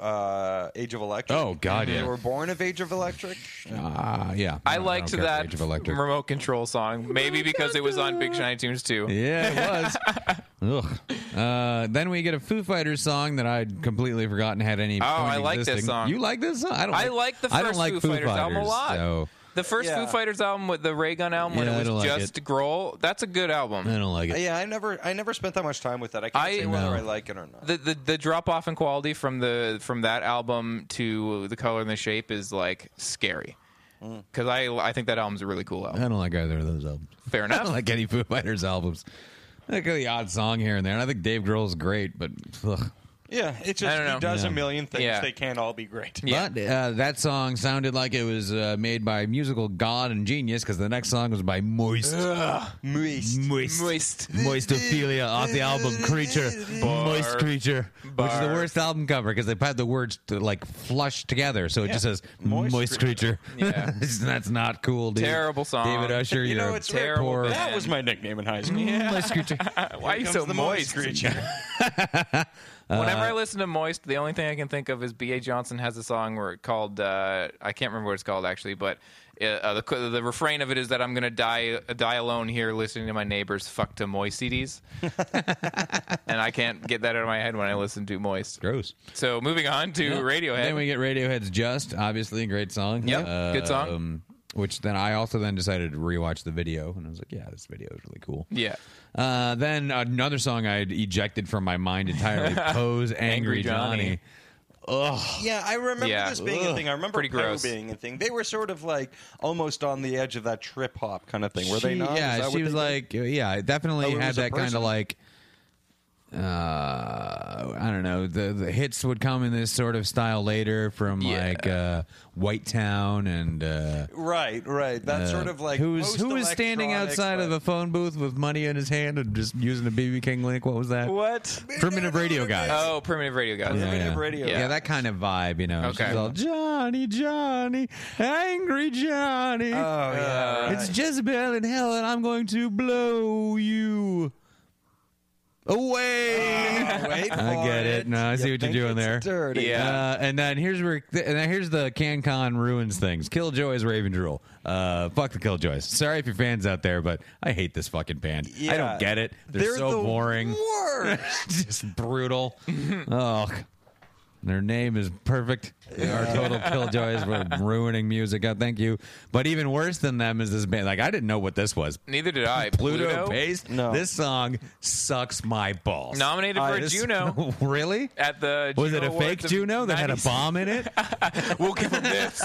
B: uh, Age of Electric.
C: Oh, God, yeah.
B: They were born of Age of Electric.
C: Ah, yeah,
A: I
C: don't
A: liked
C: care for
A: that
C: Age of Electric.
A: remote control song, maybe because it was on Big Shiny Tunes too.
C: Yeah, it was. Ugh. Uh, then we get a Foo Fighters song that I'd completely forgotten had any.
A: Oh,
C: point
A: I like this
C: existing.
A: song.
C: You like this song? I don't.
A: I like the
C: I
A: first
C: don't like
A: Foo,
C: Foo
A: Fighters, album a lot.
C: so-
A: The first
B: Yeah.
A: Foo Fighters album with the Ray Gun album when
C: Yeah, I
A: it
C: don't
A: was
C: like
A: just
C: it.
A: Grohl, that's a good album.
C: I don't like it.
B: Yeah, I never I never spent that much time with that. I can't
A: I-
B: say whether
C: No.
B: I like it or not.
A: the, the the drop off in quality from the from that album to the color and the shape is like scary because I I think that album's a really cool
C: I
A: album.
C: don't like either of those albums.
A: Fair
C: I
A: enough.
C: don't like any Foo Fighters albums. I like the odd song here and there. And I think Dave Grohl's great, but ugh.
B: yeah, it
A: I
B: just
A: don't know.
B: he does
C: Yeah.
B: a million things.
A: Yeah.
B: They can't all be great.
A: Yeah.
C: But uh, that song sounded like it was uh, made by musical god and genius because the next song was by Moist.
B: Moist.
C: Moist.
A: Moist.
C: Moistophilia off the album Creature. Moist Creature. Which is the
A: Barf.
C: worst album cover because they've had the words to, like flushed together. So it just says Moist, Creature.
A: Yeah.
C: That's not cool, dude.
A: Terrible song.
C: David Usher,
B: You
C: you
B: know,
C: are
B: it's weird.
C: terrible. Poor,
B: That was my nickname in high school.
C: Moist Creature.
A: Why are you
B: Comes
A: so
B: the
A: moist?
B: creature.
A: Whenever
C: Uh,
A: I listen to Moist, the only thing I can think of is B.A. Johnson has a song where it called uh, I can't remember what it's called actually, but uh, uh, the the refrain of it is that I'm gonna die die alone here listening to my neighbors fuck to Moist CDs, and I can't get that out of my head when I listen to Moist.
C: Gross.
A: So moving on to Radiohead.
C: Then we get Radiohead's "Just," obviously a great song.
A: Yep, good song.
C: um, which then I also then decided to rewatch the video, and I was like, "Yeah, this video is really cool."
A: yeah,
C: Uh, then another song I ejected from my mind entirely: "Pose Angry,
A: Angry Johnny.
C: Johnny."
B: Yeah, I remember
A: Yeah.
B: this being a
A: Ugh.
B: thing. I remember
A: Pretty
B: Peru
A: gross.
B: being a thing. They were sort of like almost on the edge of that trip hop kind of thing. Were they
C: She-
B: not? Is
C: Yeah,
B: that
C: she
B: what
C: was
B: they did?
C: like, yeah, it definitely
B: Oh, it
C: had
B: was a
C: that kind
B: person?
C: of like, uh, I don't know. The the hits would come in this sort of style later from
A: Yeah.
C: like uh, White Town and uh,
B: right, right. That sort of like
C: who's who was standing
B: post-electronic,
C: outside of
B: but-
C: a phone booth with money in his hand and just using a BB King link. What was that?
A: what?
C: Primitive radio guys.
A: Oh, primitive radio guys.
C: Yeah,
B: Primitive
C: yeah.
B: radio.
C: Yeah. that kind of vibe, you know.
A: Okay.
C: She's all, Johnny, Johnny, angry Johnny.
B: Oh yeah, right.
C: It's Jezebel in hell, and I'm going to blow you away.
B: Oh,
C: I
B: Wait for
C: get it. No, I see
B: You
C: what you're
B: think
C: doing
B: it's
C: there.
B: Dirty.
A: Yeah.
C: Uh, and then here's where and then here's the CanCon ruins things. Killjoys Raven Drool. Uh, fuck the Killjoys. Sorry if you're fans out there, but I hate this fucking band. I
B: Yeah.
C: don't get it. They're, so
B: the
C: boring.
B: Worst.
C: Just brutal. Ugh. Their name is perfect. They are total killjoys. We're ruining music. Oh, thank you. But even worse than them is this band. Like I didn't know what this was.
A: Neither did I.
C: Pluto, based.
B: No.
C: This song sucks my balls.
A: Nominated
C: I
A: for a
C: just-
A: Juno.
C: really?
A: at the
C: Was
A: Juno
C: it a
A: Awards
C: fake
A: of
C: Juno that had a
A: 90s?
C: bomb in it?
A: We'll give him this.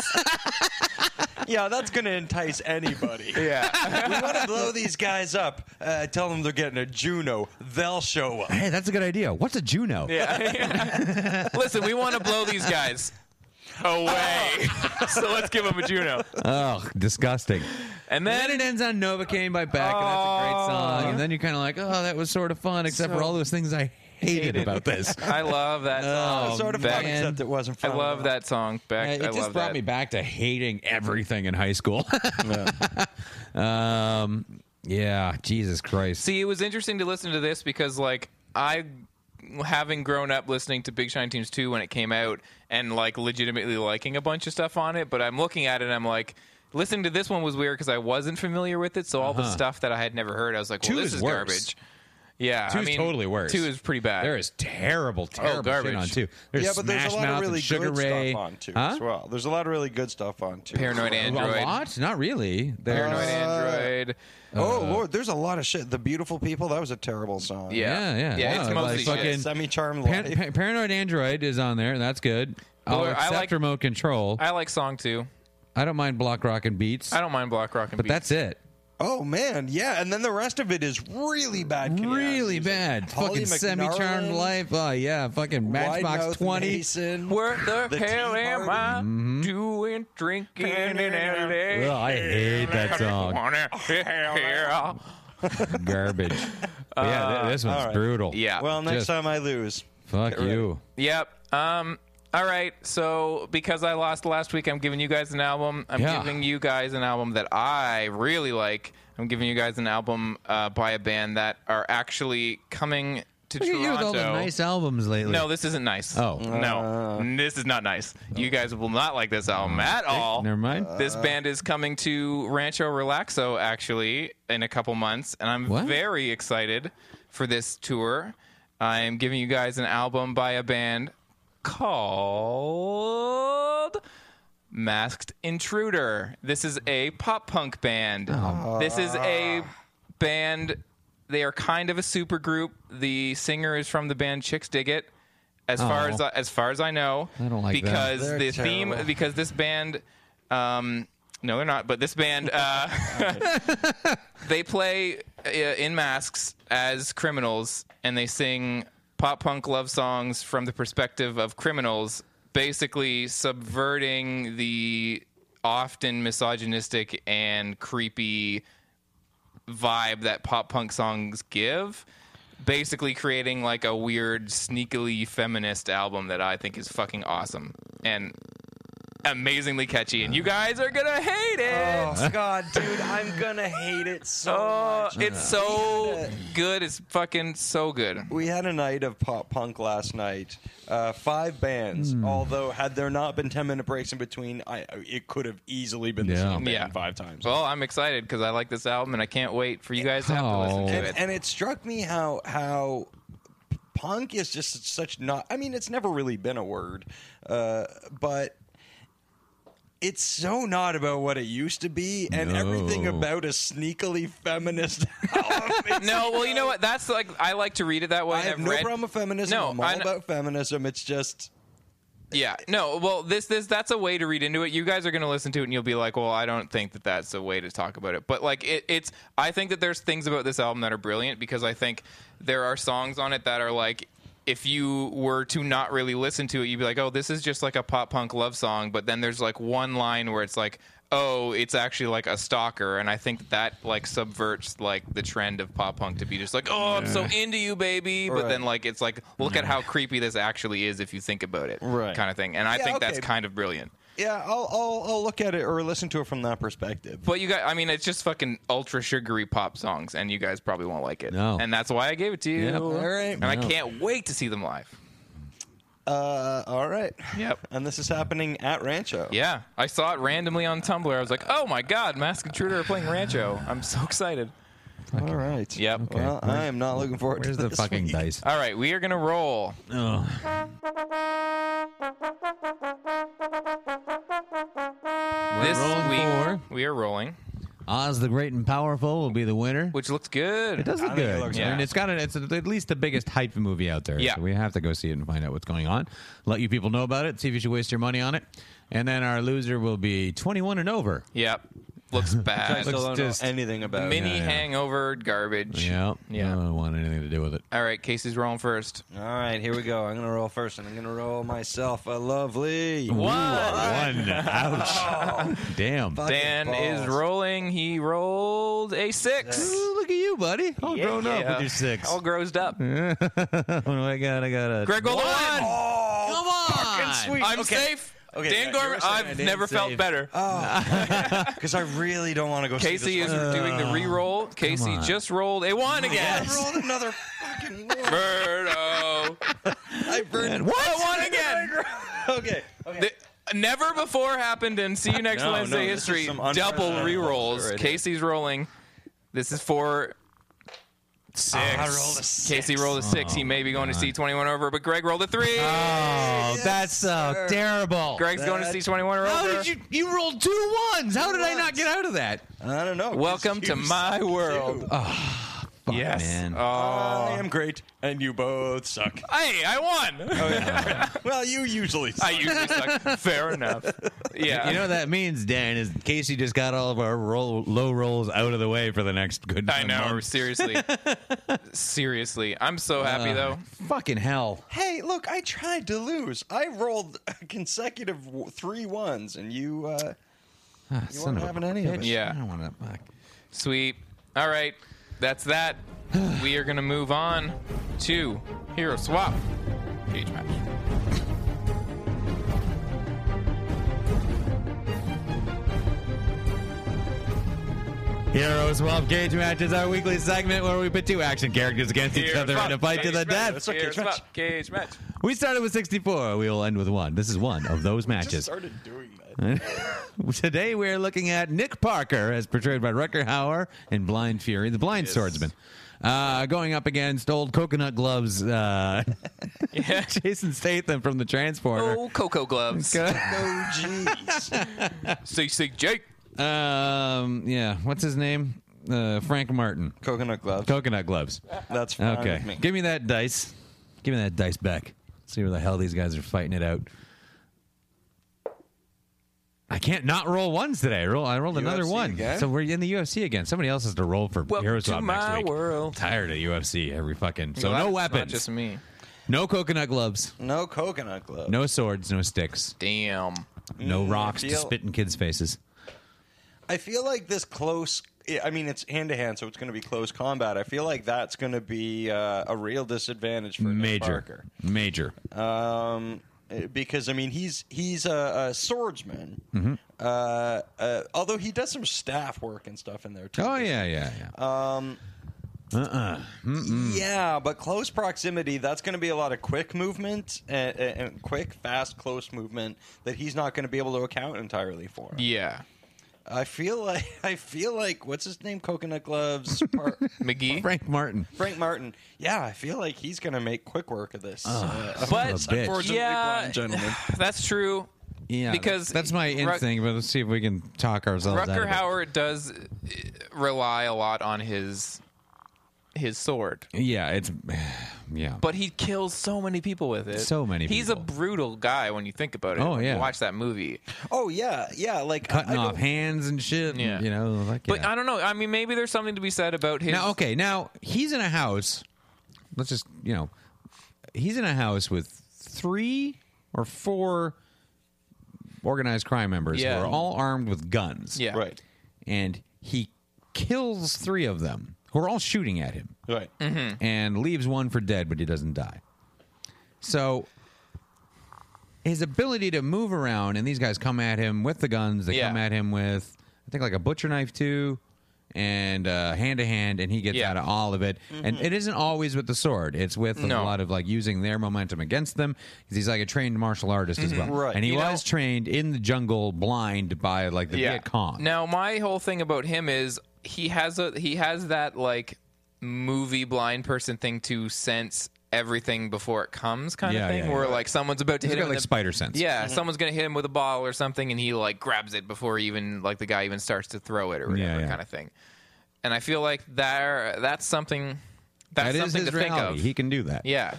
B: Yeah, that's going to entice anybody.
A: yeah.
B: we want to blow these guys up. Uh, tell them they're getting a Juno. They'll show up.
C: hey, that's a good idea. What's a Juno?
A: Yeah. Listen, we want to blow these guys away. so let's give them a Juno.
C: Ugh, disgusting.
A: And
C: Then it
A: then
C: ends on Novocaine by Beck, and that's a great song. And then you're kind of like, oh, that was sort of fun, except for all those things I hated,
A: Hated.
C: about this.
A: I love that
C: Oh,
A: song.
B: I'm sort of
A: Beck.
B: fucked, except it wasn't
A: I
B: fun.
A: love that song, Beck.
C: Uh,
A: I
C: it just
A: love
C: brought
A: that.
C: me back to hating everything in high school. um, yeah, Jesus Christ.
A: See, it was interesting to listen to this because, like, I having grown up listening to Big Shine Teams 2 when it came out and, like, legitimately liking a bunch of stuff on it, but I'm looking at it and I'm like, listening to this one was weird because I wasn't familiar with it, so all the stuff that I had never heard, I was like, well,
C: Uh-huh. Two
A: this
C: is
A: is,
C: worse.
A: garbage. Yeah, I
C: Two's
A: mean,
C: totally worse.
A: Two is pretty bad.
C: There is terrible, terrible shit
A: garbage.
C: on too. There's
B: yeah, but
C: Smash
B: there's a lot
C: Mouth
B: of
C: and
B: really
C: Sugar
B: good
C: Ray.
B: stuff on too
C: Huh?
B: as well. There's a lot of really good stuff on too.
A: Paranoid
C: A
A: Android.
C: lot? Not really. There's,
A: Paranoid Android.
C: Uh,
B: oh lord, there's a lot of shit. The beautiful people. That was a terrible song.
A: Yeah,
C: yeah, yeah,
A: it's
C: yeah,
A: mostly
C: like fucking-
A: shit.
B: Semi charm
C: Par-
B: life.
C: Par- Paranoid Android is on there, and that's good. I'll
A: Or I
C: accept
A: like-
C: remote control. I,
A: I like song two.
C: don't mind block rock and beats,
A: I don't mind Block Rock and
C: but
A: Beat.
C: that's it.
B: oh man, yeah. And then the rest of it is really bad. Canadian
C: really
B: music.
C: bad.
B: Holly
C: fucking semi-charmed
B: McNarland,
C: life. Oh yeah, fucking Matchbox
B: Wide-Mouth
C: Twenty.
B: Mason,
A: Where the,
B: The
A: hell
B: Tea
A: am I
C: Mm-hmm.
A: doing drinking in L.A.?
C: Ugh, I hate that song.
A: Yeah.
C: Garbage. But yeah, th- this one's
B: right.
C: brutal.
A: Yeah.
B: Well, next
C: Just-
B: time I lose.
C: Fuck you.
A: Yep. Um. All right. So because I lost last week, I'm giving you guys an album. I'm
C: Yeah.
A: giving you guys an album that I really like. I'm giving you guys an album uh, by a band that are actually coming to
C: Look at
A: Toronto.
C: you with all the nice albums lately.
A: No, this isn't nice.
C: Oh.
A: no, this is not nice. You guys will not like this album at all.
C: Oh, Never mind.
A: This band is coming to Rancho Relaxo actually in a couple months, and I'm
C: What?
A: very excited for this tour. I am giving you guys an album by a band called Masked Intruder. This is a pop punk band.
C: Oh.
A: This is a band. They are kind of a super group. The singer is from the band Chicks Dig It. As far
C: Oh.
A: as as far as I know,
C: I don't like that.
A: because
B: They're
A: the theme
B: terrible.
A: because this band um no they're not but this band uh they play uh, in masks as criminals and they sing pop punk love songs from the perspective of criminals basically subverting the often misogynistic and creepy vibe that pop punk songs give basically creating like a weird sneakily feminist album that i think is fucking awesome and amazingly catchy, and you guys are gonna hate it.
B: Oh God, dude, I'm gonna hate it so
A: Oh,
B: much.
A: it's so good. It's fucking so good.
B: we had a night of pop punk last night. Uh, five bands.
C: Hmm.
B: Although, had there not been ten minute breaks in between, I it could have easily been the
C: Yeah.
B: same band
A: Yeah.
B: five times.
A: Well, I'm excited because I like this album, and I can't wait for you guys to have to listen to
C: Oh.
B: and,
A: it.
B: and it struck me how how punk is just such not. I mean, it's never really been a word, uh, but. It's so not about what it used to be, and everything
C: No.
B: about a sneakily feminist. album. It's
A: No, well, you know what? That's like I like to read it that way.
B: I
A: and
B: have
A: I've
B: no
A: read-
B: problem with feminism.
A: No,
B: I'm all
A: I kn-
B: about feminism. It's just
A: Yeah, no. Well, this this that's a way to read into it. You guys are going to listen to it, and you'll be like, "Well, I don't think that that's a way to talk about it." But like, it, it's I think that there's things about this album that are brilliant because I think there are songs on it that are like, if you were to not really listen to it, you'd be like, "Oh, this is just like a pop punk love song." But then there's like one line where it's like. Oh, it's actually like a stalker, and I think that like subverts like the trend of pop punk to be just like, oh, I'm so into you, baby. But
B: Right.
A: then like it's like, look at how creepy this actually is if you think about it,
B: Right.
A: kind of thing. And I
B: Yeah,
A: think that's
B: okay.
A: kind of brilliant.
B: yeah, I'll, I'll I'll look at it or listen to it from that perspective.
A: But you guys, I mean, it's just fucking ultra sugary pop songs, and you guys probably won't like it.
C: No.
A: And that's why I gave it to you.
C: Yeah. All
B: right.
A: And I can't wait to see them live.
B: Uh, all right.
A: Yep.
B: And this is happening at Rancho.
A: Yeah. I saw it randomly on Tumblr. I was like, oh my God, Mask Intruder are playing Rancho. I'm so excited.
B: All right.
A: Yep. Okay.
B: Well, I am not looking forward
C: Where's
B: to
C: the
B: this
C: fucking
B: week.
C: dice?
A: All right. We are going to roll. This
C: rolling
A: week,
C: for-
A: we are rolling,
C: Oz the Great and Powerful will be the winner.
A: which looks good.
C: It does look
B: I think it
C: good.
B: looks
A: Yeah.
C: And it's got an, it's at least the biggest hype movie out there.
A: Yeah.
C: So we have to go see it and find out what's going on. Let you people know about it. See if you should waste your money on it. And then our loser will be 21 and over.
A: Yep. Looks bad.
B: Still don't know
C: just-
B: anything about it.
A: Mini
C: Yeah, yeah.
A: hangover garbage.
C: Yeah.
A: Yeah.
C: I don't want anything to do with it.
A: All right, Casey's rolling first.
B: All right, here we go. I'm gonna roll first, and I'm gonna roll myself a lovely.
C: Ooh,
A: One.
C: One. Ouch. Damn.
B: Fucking
A: Dan is
B: balls.
A: rolling. He rolled a six.
C: Ooh, look at you, buddy. All grown up with your six.
A: All grossed up.
C: Mm. what do Oh, I got? I got a.
A: Greg rolled a one.
C: Come on.
B: sweet.
A: I'm
B: Okay.
A: safe.
B: Okay, yeah,
A: Dan
B: you were
A: Gorman,
B: saying I
A: I've
B: didn't
A: never felt
C: save.
A: better.
B: Because I really don't want to go.
A: Casey
B: see
A: is
B: this one.
A: doing the re-roll. Casey
C: on.
A: just rolled a one again.
B: I rolled another fucking one.
A: Birdo.
B: I burned
A: What? A one again.
B: Okay. Okay.
A: Th- Never before happened in See You Next
B: No, no,
A: Wednesday
B: this is
A: history.
B: some
A: Double
B: unprecedented
A: re-rolls.
B: bullshit right here.
A: Casey's rolling. This is for six.
B: I rolled a six.
A: Casey rolled a six. he may be going to C twenty one over, but Greg rolled a three.
C: Oh, that's so terrible.
A: Greg's going to
B: That-
A: C twenty one over.
C: How did you? You rolled two ones. How did I not get out of that?
B: I don't know. 'cause
A: Welcome to
B: you
A: my
B: suck,
A: world. Ah,
B: too.
C: Fuck,
A: yes.
C: man.
A: Oh.
B: I am great, and you both suck.
A: Hey, I won.
B: well, you usually
A: Oh, I
B: suck.
A: usually suck. Fair enough. Yeah.
C: You know what that means, Dan, is Casey just got all of our roll, low rolls out of the way for the next good
A: I know.
C: month.
A: Seriously. seriously. I'm so
C: Uh.
A: happy though.
C: Fucking hell.
B: Hey, look, I tried to lose. I rolled a consecutive w- three ones, and you, uh,
C: You
B: weren't having any of it.
A: Yeah.
C: I don't want to. Fuck.
A: Sweet. All right. That's that. we are going to move on to Hero Swap. Cage match.
C: Hero Swap Cage Match is our weekly segment where we pit two action characters against each
A: Hero
C: other in a
A: Swap,
C: fight to
A: Cage
C: the
A: Match.
C: death.
A: Hero
B: Uh,
A: Swap, Cage match.
C: We started with 64. We will end with one. This is one of those matches.
B: started doing that.
C: Today we are looking at Nick Parker, as portrayed by Rucker Hauer in Blind Fury, the Blind Swordsman, uh, going up against old Coconut Gloves uh, Jason Statham from the Transporter.
A: Oh, Coco gloves.
B: No, jeez.
A: CCJ.
C: Um, yeah, what's his name? Uh, Frank Martin.
B: Coconut gloves.
C: Coconut Gloves.
B: That's fine
C: Okay,
B: with me.
C: give me that dice. Give me that dice back. See where the hell these guys are fighting it out. I can't not roll ones today. I roll. I rolled another
B: UFC
C: one.
B: again?
C: So we're in the UFC again. Somebody else has to roll for
A: Welcome
C: Heroes
A: to
C: Club next
A: my
C: week.
A: world.
C: Tired of UFC every fucking. So
A: Glad
C: no
A: it's Not
C: weapons.
A: just me.
C: No coconut gloves.
B: No coconut gloves.
C: No swords. No sticks.
A: Damn.
C: No
A: Mm,
C: rocks to
B: feel-
C: spit in kids' faces.
B: I feel like this close. I- I mean, it's hand to hand, so it's going to be close combat. I feel like that's going to be uh, a real disadvantage for Nick
C: Major.
B: Parker.
C: Major.
B: Um, Uh, because I mean he's he's a, a swordsman.
C: Mm-hmm.
B: Uh, uh, although he does some staff work and stuff in there too.
C: Oh yeah, yeah, yeah.
A: uh,
B: Yeah, but close proximity, that's going to be a lot of quick movement and, and quick, fast, close movement that he's not going to be able to account entirely for.
A: Yeah.
B: I feel like I feel like what's his name, Coconut Gloves, Par-
A: McGee.
C: Frank Martin.
B: Frank Martin. Yeah, I feel like he's going to make quick work of this. Uh,
A: But-
B: unfortunately, unfortunately
A: yeah,
B: blind gentleman.
A: that's true.
C: Yeah,
A: Because
C: that's my end
A: Ruck-
C: thing. But let's see if we can talk ourselves out.
A: Rucker
C: of it.
A: Howard does uh, rely a lot on his his sword,
C: Yeah, it's yeah.
A: but he kills so many people with it.
C: So many
A: He's a
C: people.
A: brutal guy when you think about it.
C: Oh,
A: when you
C: yeah.
A: watch that movie.
B: Oh yeah, yeah. Like
C: cutting
B: I- I
C: off
B: don't-
C: hands and shit. and,
A: Yeah.
C: you know, like
A: But
C: yeah.
A: I don't know. I mean, maybe there's something to be said about his.
C: now. Okay, now he's in a house. Let's just you know, he's in a house with three or four organized crime members
A: Yeah.
C: who are all armed with guns.
A: Yeah.
B: Right,
C: and he kills three of them who are all shooting at him.
B: right.
C: and leaves one for dead, but he doesn't die. So his ability to move around, and these guys come at him with the guns. They
A: Yeah.
C: come at him with, I think, like a butcher knife too, and uh, hand to hand, and he gets
A: Yeah. Mm-hmm.
C: out of all of it. And it isn't always with the sword; it's with
A: No.
C: a lot of like using their momentum against them. 'cause he's like a trained martial artist as well,
B: Right.
C: And he
A: Mm-hmm. You know-
C: was trained in the jungle, blind by like the Viet Cong.
A: Now my whole thing about him is he has a he has that like movie blind person thing to sense everything before it comes kind
C: Yeah,
A: of thing
C: yeah,
A: where
C: yeah.
A: like someone's about to
C: He's
A: hit
C: got,
A: him in
C: like,
A: the-
C: spider sense.
A: yeah someone's gonna hit him with a ball or something and he like grabs it before even like the guy even starts to throw it or whatever
C: Yeah, yeah.
A: kind of thing and i feel like there that's something that's
C: that is
A: something
C: his
A: to think
C: reality.
A: of
C: He can do that.
A: yeah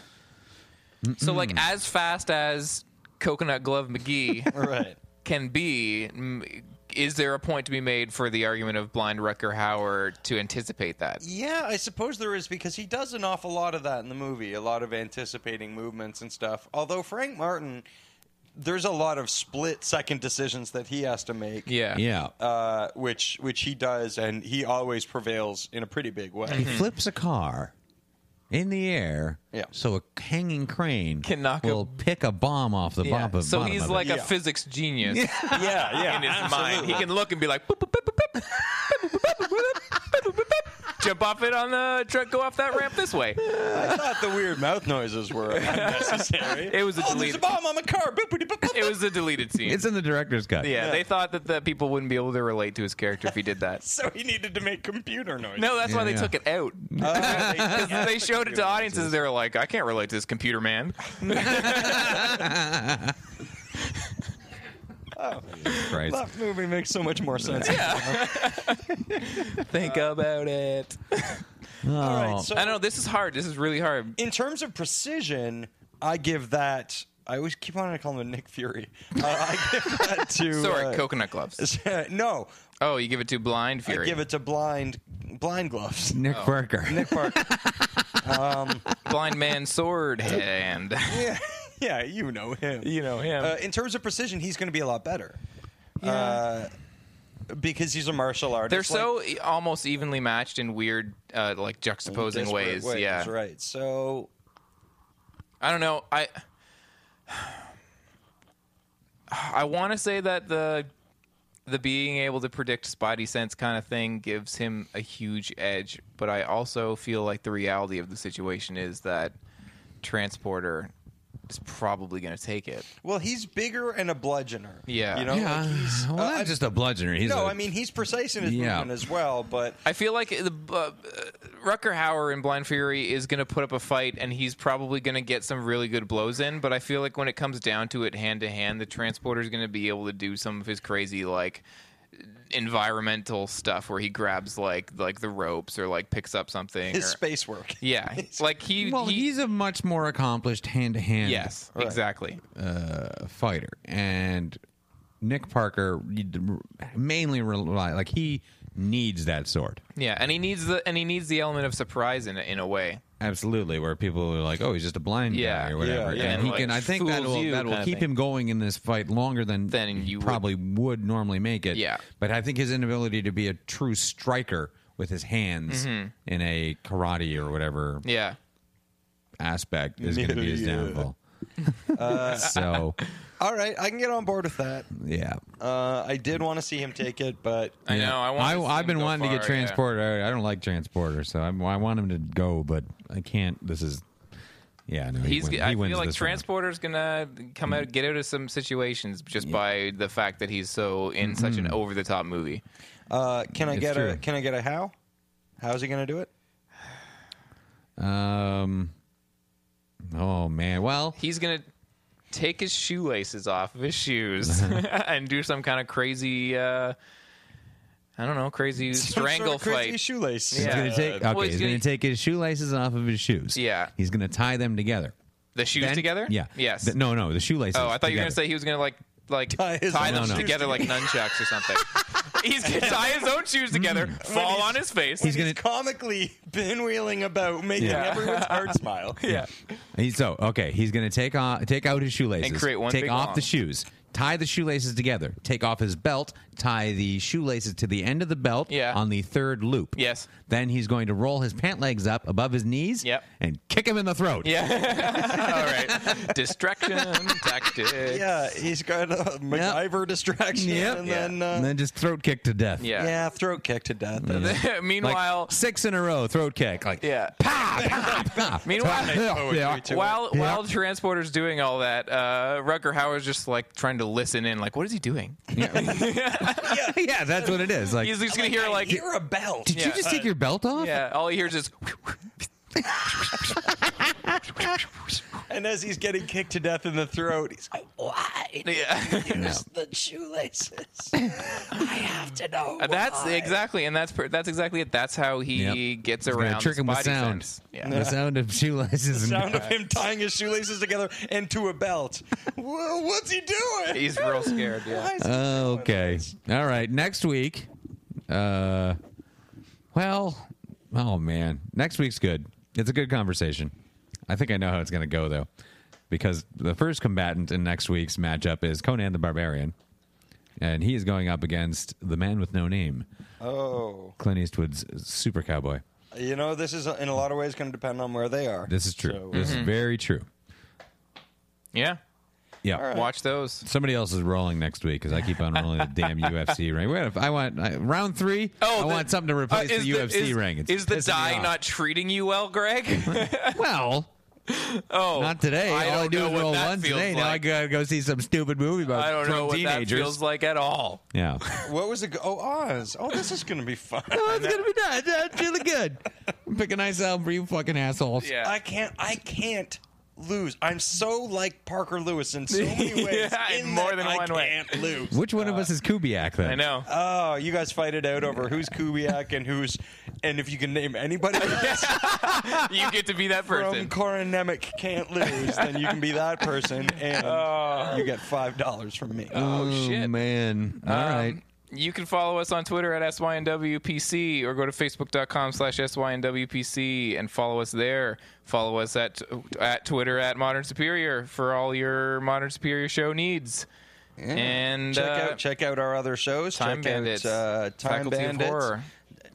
A: so like as fast as coconut glove mcgee
B: Right.
A: can be. m- Is there a point to be made for the argument of blind Rucker Howard to anticipate that?
B: Yeah, I suppose there is because he does an awful lot of that in the movie, a lot of anticipating movements and stuff. Although Frank Martin, there's a lot of split second decisions that he has to make.
A: Yeah.
C: yeah.
B: Uh, which which he does, and he always prevails in a pretty big way.
C: He flips a car in the air,
B: Yeah.
C: so a hanging crane
A: Can knock a-
C: will pick a bomb off the
A: Yeah.
C: bomb bottom.
A: So he's
C: of it.
A: like a
B: Yeah.
A: physics genius
B: yeah, yeah,
A: in his mind. He can look and be like, boop, boop, boop, boop, boop, boop, boop, boop, boop, boop, boop, boop. jump off it on the truck, go off that ramp this way.
B: I thought the weird mouth noises were unnecessary.
A: It was a
B: oh, there's a
A: deleted-
B: bomb on the car. Boop, boop, boop, boop.
A: It was a deleted scene.
C: It's in the director's cut.
A: yeah, they thought that the people wouldn't be able to relate to his character if he did that.
B: So he needed to make computer noises.
A: No, that's why they
C: Yeah.
A: took it out.
B: Oh,
A: 'Cause they showed it to audiences. They were like, "I can't relate to this computer man."
C: Christ.
B: that movie makes so much more sense. Yeah.
A: Think
B: Uh,
A: about it.
B: All
C: Oh,
B: right. So
A: I know this is hard. This is really hard.
B: in terms of precision, I give that. I always keep on calling him Nick Fury. Uh, I give that to.
A: Sorry,
B: uh,
A: coconut gloves.
B: no,
A: Oh, you give it to blind fury.
B: I give it to blind blind gloves.
C: Nick Parker.
B: Nick Parker.
A: blind man sword hand.
B: yeah, yeah, you know him.
A: You know him.
B: Uh, in terms of precision, he's going to be a lot better. Uh, because he's a martial artist.
A: They're
B: like,
A: so e- almost evenly matched in weird, uh, like juxtaposing
B: desperate
A: ways. Yeah,
B: right. So
A: I don't know. I I want to say that the the being able to predict spidey sense kind of thing gives him a huge edge, but I also feel like the reality of the situation is that transporter is probably going to take it.
B: Well, he's bigger and a bludgeoner.
A: Yeah.
B: you know, like,
C: Yeah.
B: he's,
C: well,
B: uh,
C: not
B: I'm-
C: just a bludgeoner. He's
B: no,
C: a-
B: I mean he's precise in his
C: Yeah.
B: movement as well, but
A: I feel like the uh, uh, Rucker Hauer in Blind Fury is going to put up a fight, and he's probably going to get some really good blows in. But I feel like when it comes down to it, hand to hand, the transporter is going to be able to do some of his crazy like environmental stuff, where he grabs like like the ropes or like picks up something.
B: his
A: or-
B: space work.
A: yeah, like he.
C: well,
A: he-
C: he's a much more accomplished hand to hand
A: yes, exactly.
C: fighter. And Nick Parker mainly rely like he needs that sword.
A: Yeah, and he needs the and he needs the element of surprise in a- in a way.
C: Absolutely, where people are like, "Oh, he's just a blind
A: Yeah.
C: guy or whatever,"
B: Yeah,
A: yeah.
C: and he
A: Like,
C: can. I think that
A: fools
C: will
A: you
C: that will
A: kinda
C: keep
A: thing.
C: him going in this fight longer than
A: Than
C: he
A: you would.
C: probably would. normally make it.
A: Yeah.
C: but I think his inability to be a true striker with his hands in a karate or whatever
A: Mm-hmm. Yeah.
C: aspect is going to be his
B: Yeah. Uh,
C: downfall. so
F: All right, I can get on board with that.
C: yeah.
F: Uh, I did want to see him take it, but
A: I
C: Yeah.
A: know. I want. to see
C: I've
A: him
C: been
A: go
C: wanting to get
A: far, yeah.
C: transporter. I, I don't like transporter, so I'm, I want him to go, but I can't. This is yeah. No, he
A: He's.
C: win- he
A: I
C: wins
A: feel like
C: this round.
A: transporter's gonna come out, get out of some situations just by the fact that he's so in such an over the top movie.
F: uh, can I
C: It's
F: get a
C: true.
F: can I get a how? How is he going to do it?
C: Um. Oh man. Well,
A: He's gonna take his shoelaces off of his shoes and do some kind of crazy. Uh, I don't know, crazy
F: Some sort of
A: strangle
F: crazy
A: fight.
F: shoelace.
A: Yeah.
C: he's gonna take. Okay,
A: Well, he's
C: he's
A: gonna-
C: gonna take his shoelaces off of his shoes.
A: Yeah.
C: He's gonna tie them together.
A: The shoes
C: Then-
A: together?
C: Yeah.
A: Yes.
C: The- no, no, the shoelaces.
A: Oh, I thought you were gonna
C: together.
A: say he was gonna like like tie,
F: Tie his own
A: them
C: shoes
A: together like nunchucks or something. He's gonna tie his own shoes together, fall on his face.
F: He's,
C: gonna-
F: comically pinwheeling about, making
C: Yeah.
F: everyone's heart smile.
A: yeah.
C: He- so okay, he's gonna take on take out his shoelaces
A: And create one
C: Take
A: big
C: off
A: long.
C: the shoes. Tie the shoelaces together. Take off his belt. Tie the shoelaces to the end of the belt.
A: Yeah.
C: On the third loop.
A: Yes.
C: Then he's going to roll his pant legs up above his knees.
A: Yep.
C: And kick him in the throat.
A: Yeah. All right. Distraction tactics.
F: Yeah, he's got a MacGyver distraction,
C: Yep.
F: and
C: Yeah.
F: then uh,
C: And then just throat kick to death.
A: Yeah.
F: yeah, throat kick to death.
C: Like
A: meanwhile,
C: six in a row, throat kick. Like
A: yeah.
C: pow, pow, pow.
A: Meanwhile-
C: Yeah, yeah.
A: While
C: Yeah.
A: while transporter's doing all that, uh, Rutger Howard's just like trying to listen in. Like, what is he doing?
C: yeah, that's what it is. Like,
A: He's just gonna hear like,
F: You're a belt.
C: did you
A: yeah.
C: just take your belt off?
A: yeah. All he hears is
F: And as he's getting kicked to death in the throat, he's like, "Why?
A: yeah.
F: Use the shoelaces. I have to know."
A: That's
F: why."
A: exactly, and that's per, that's exactly it. That's how he
C: Yep.
A: gets
C: He's gonna
A: around.
C: Trick
A: his
C: him with
A: body
C: sound.
A: sense.
C: The sound of shoelaces. and-
F: sound of him tying his shoelaces together and to a belt. Wha- What's he doing?
A: He's real scared. Yeah.
F: Why is he
C: Oh, okay. All right. Next week. Uh, well, oh man, next week's good. It's a good conversation. I think I know how it's going to go though, because the first combatant in next week's matchup is Conan the Barbarian, and he is going up against the man with no name,
F: Oh,
C: Clint Eastwood's super cowboy.
F: you know this is in a lot of ways going to depend on where they are.
C: This is true.
F: So,
C: this
A: mm-hmm.
C: is very true.
A: Yeah.
C: Yeah.
A: Watch those.
C: Somebody else is rolling next week because I keep on rolling the damn UFC ring. We gotta, I want I, round three. I
A: the-
C: want something to
A: uh,
C: replace
A: is
C: the UFC
A: is-
C: ring. It's
A: is the
C: pissing me
A: die
C: off.
A: not treating you well, Greg?
C: Well,
A: oh,
C: not today.
A: I
C: All I
A: don't
C: do
A: know
C: is
A: what
C: roll
A: that
C: once
A: feels
C: today. Now I
A: like.
C: gotta go see some stupid movie about
A: I don't know what
C: teenagers.
A: that feels like at all.
C: Yeah.
F: What was it? go- Oh, Oz. Oh, this is going to be fun.
C: oh, it's gonna be nice. That's really good. Pick a nice album for you fucking assholes.
A: Yeah.
F: I can't. I can't lose. I'm so like Parker Lewis in so many ways.
A: Yeah, in
F: in
A: more
F: that
A: than
F: I
A: one way.
F: can't lose.
C: Which one of us is Kubiak then?
A: Uh, I know.
F: Oh, you guys fight it out over who's Kubiak and who's, and if you can name anybody else
A: you get to be that
F: from
A: person.
F: Corin Nemec can't lose, then you can be that person, and you get five dollars from me.
A: oh shit.
C: man. All
A: Um,
C: right.
A: You can follow us on Twitter at SYNWPC or go to facebook.com slash SYNWPC and follow us there. Follow us at at Twitter at Modern Superior for all your Modern Superior show needs. And
F: check
A: uh,
F: out check out our other shows.
A: Time
F: check
A: Bandits,
F: out uh, Time
A: Faculty of
F: Bandits,
A: Horror.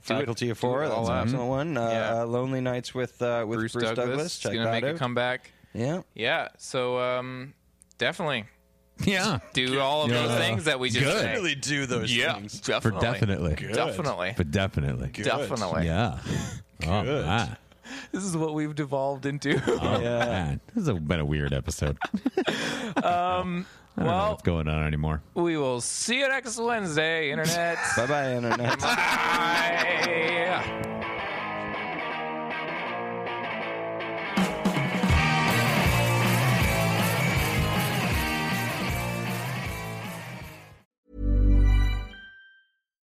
F: Faculty of
A: do it
F: Horror.
A: all
F: That's an
A: up.
F: excellent one. Uh,
A: Yeah.
F: Lonely Nights with uh, with
A: Bruce,
F: Bruce,
A: Douglas.
F: Douglas.
A: is
F: Check
A: gonna
F: that
A: make
F: out.
A: a comeback.
F: Yeah.
A: Yeah. So um, definitely
C: Yeah.
A: do all of
C: Yeah.
A: those things that we just
C: Good.
A: say.
F: Really do those
A: Yeah.
F: things.
C: For
A: Definitely.
C: definitely.
A: Definitely.
C: For definitely.
A: Definitely.
C: Yeah. Oh, my.
A: This is what we've devolved into.
C: Oh, man. This has been a weird episode. I don't know
A: Um, well,
C: what's going on anymore.
A: we will see you next Wednesday, Internet.
F: Bye bye, internet.
A: Bye.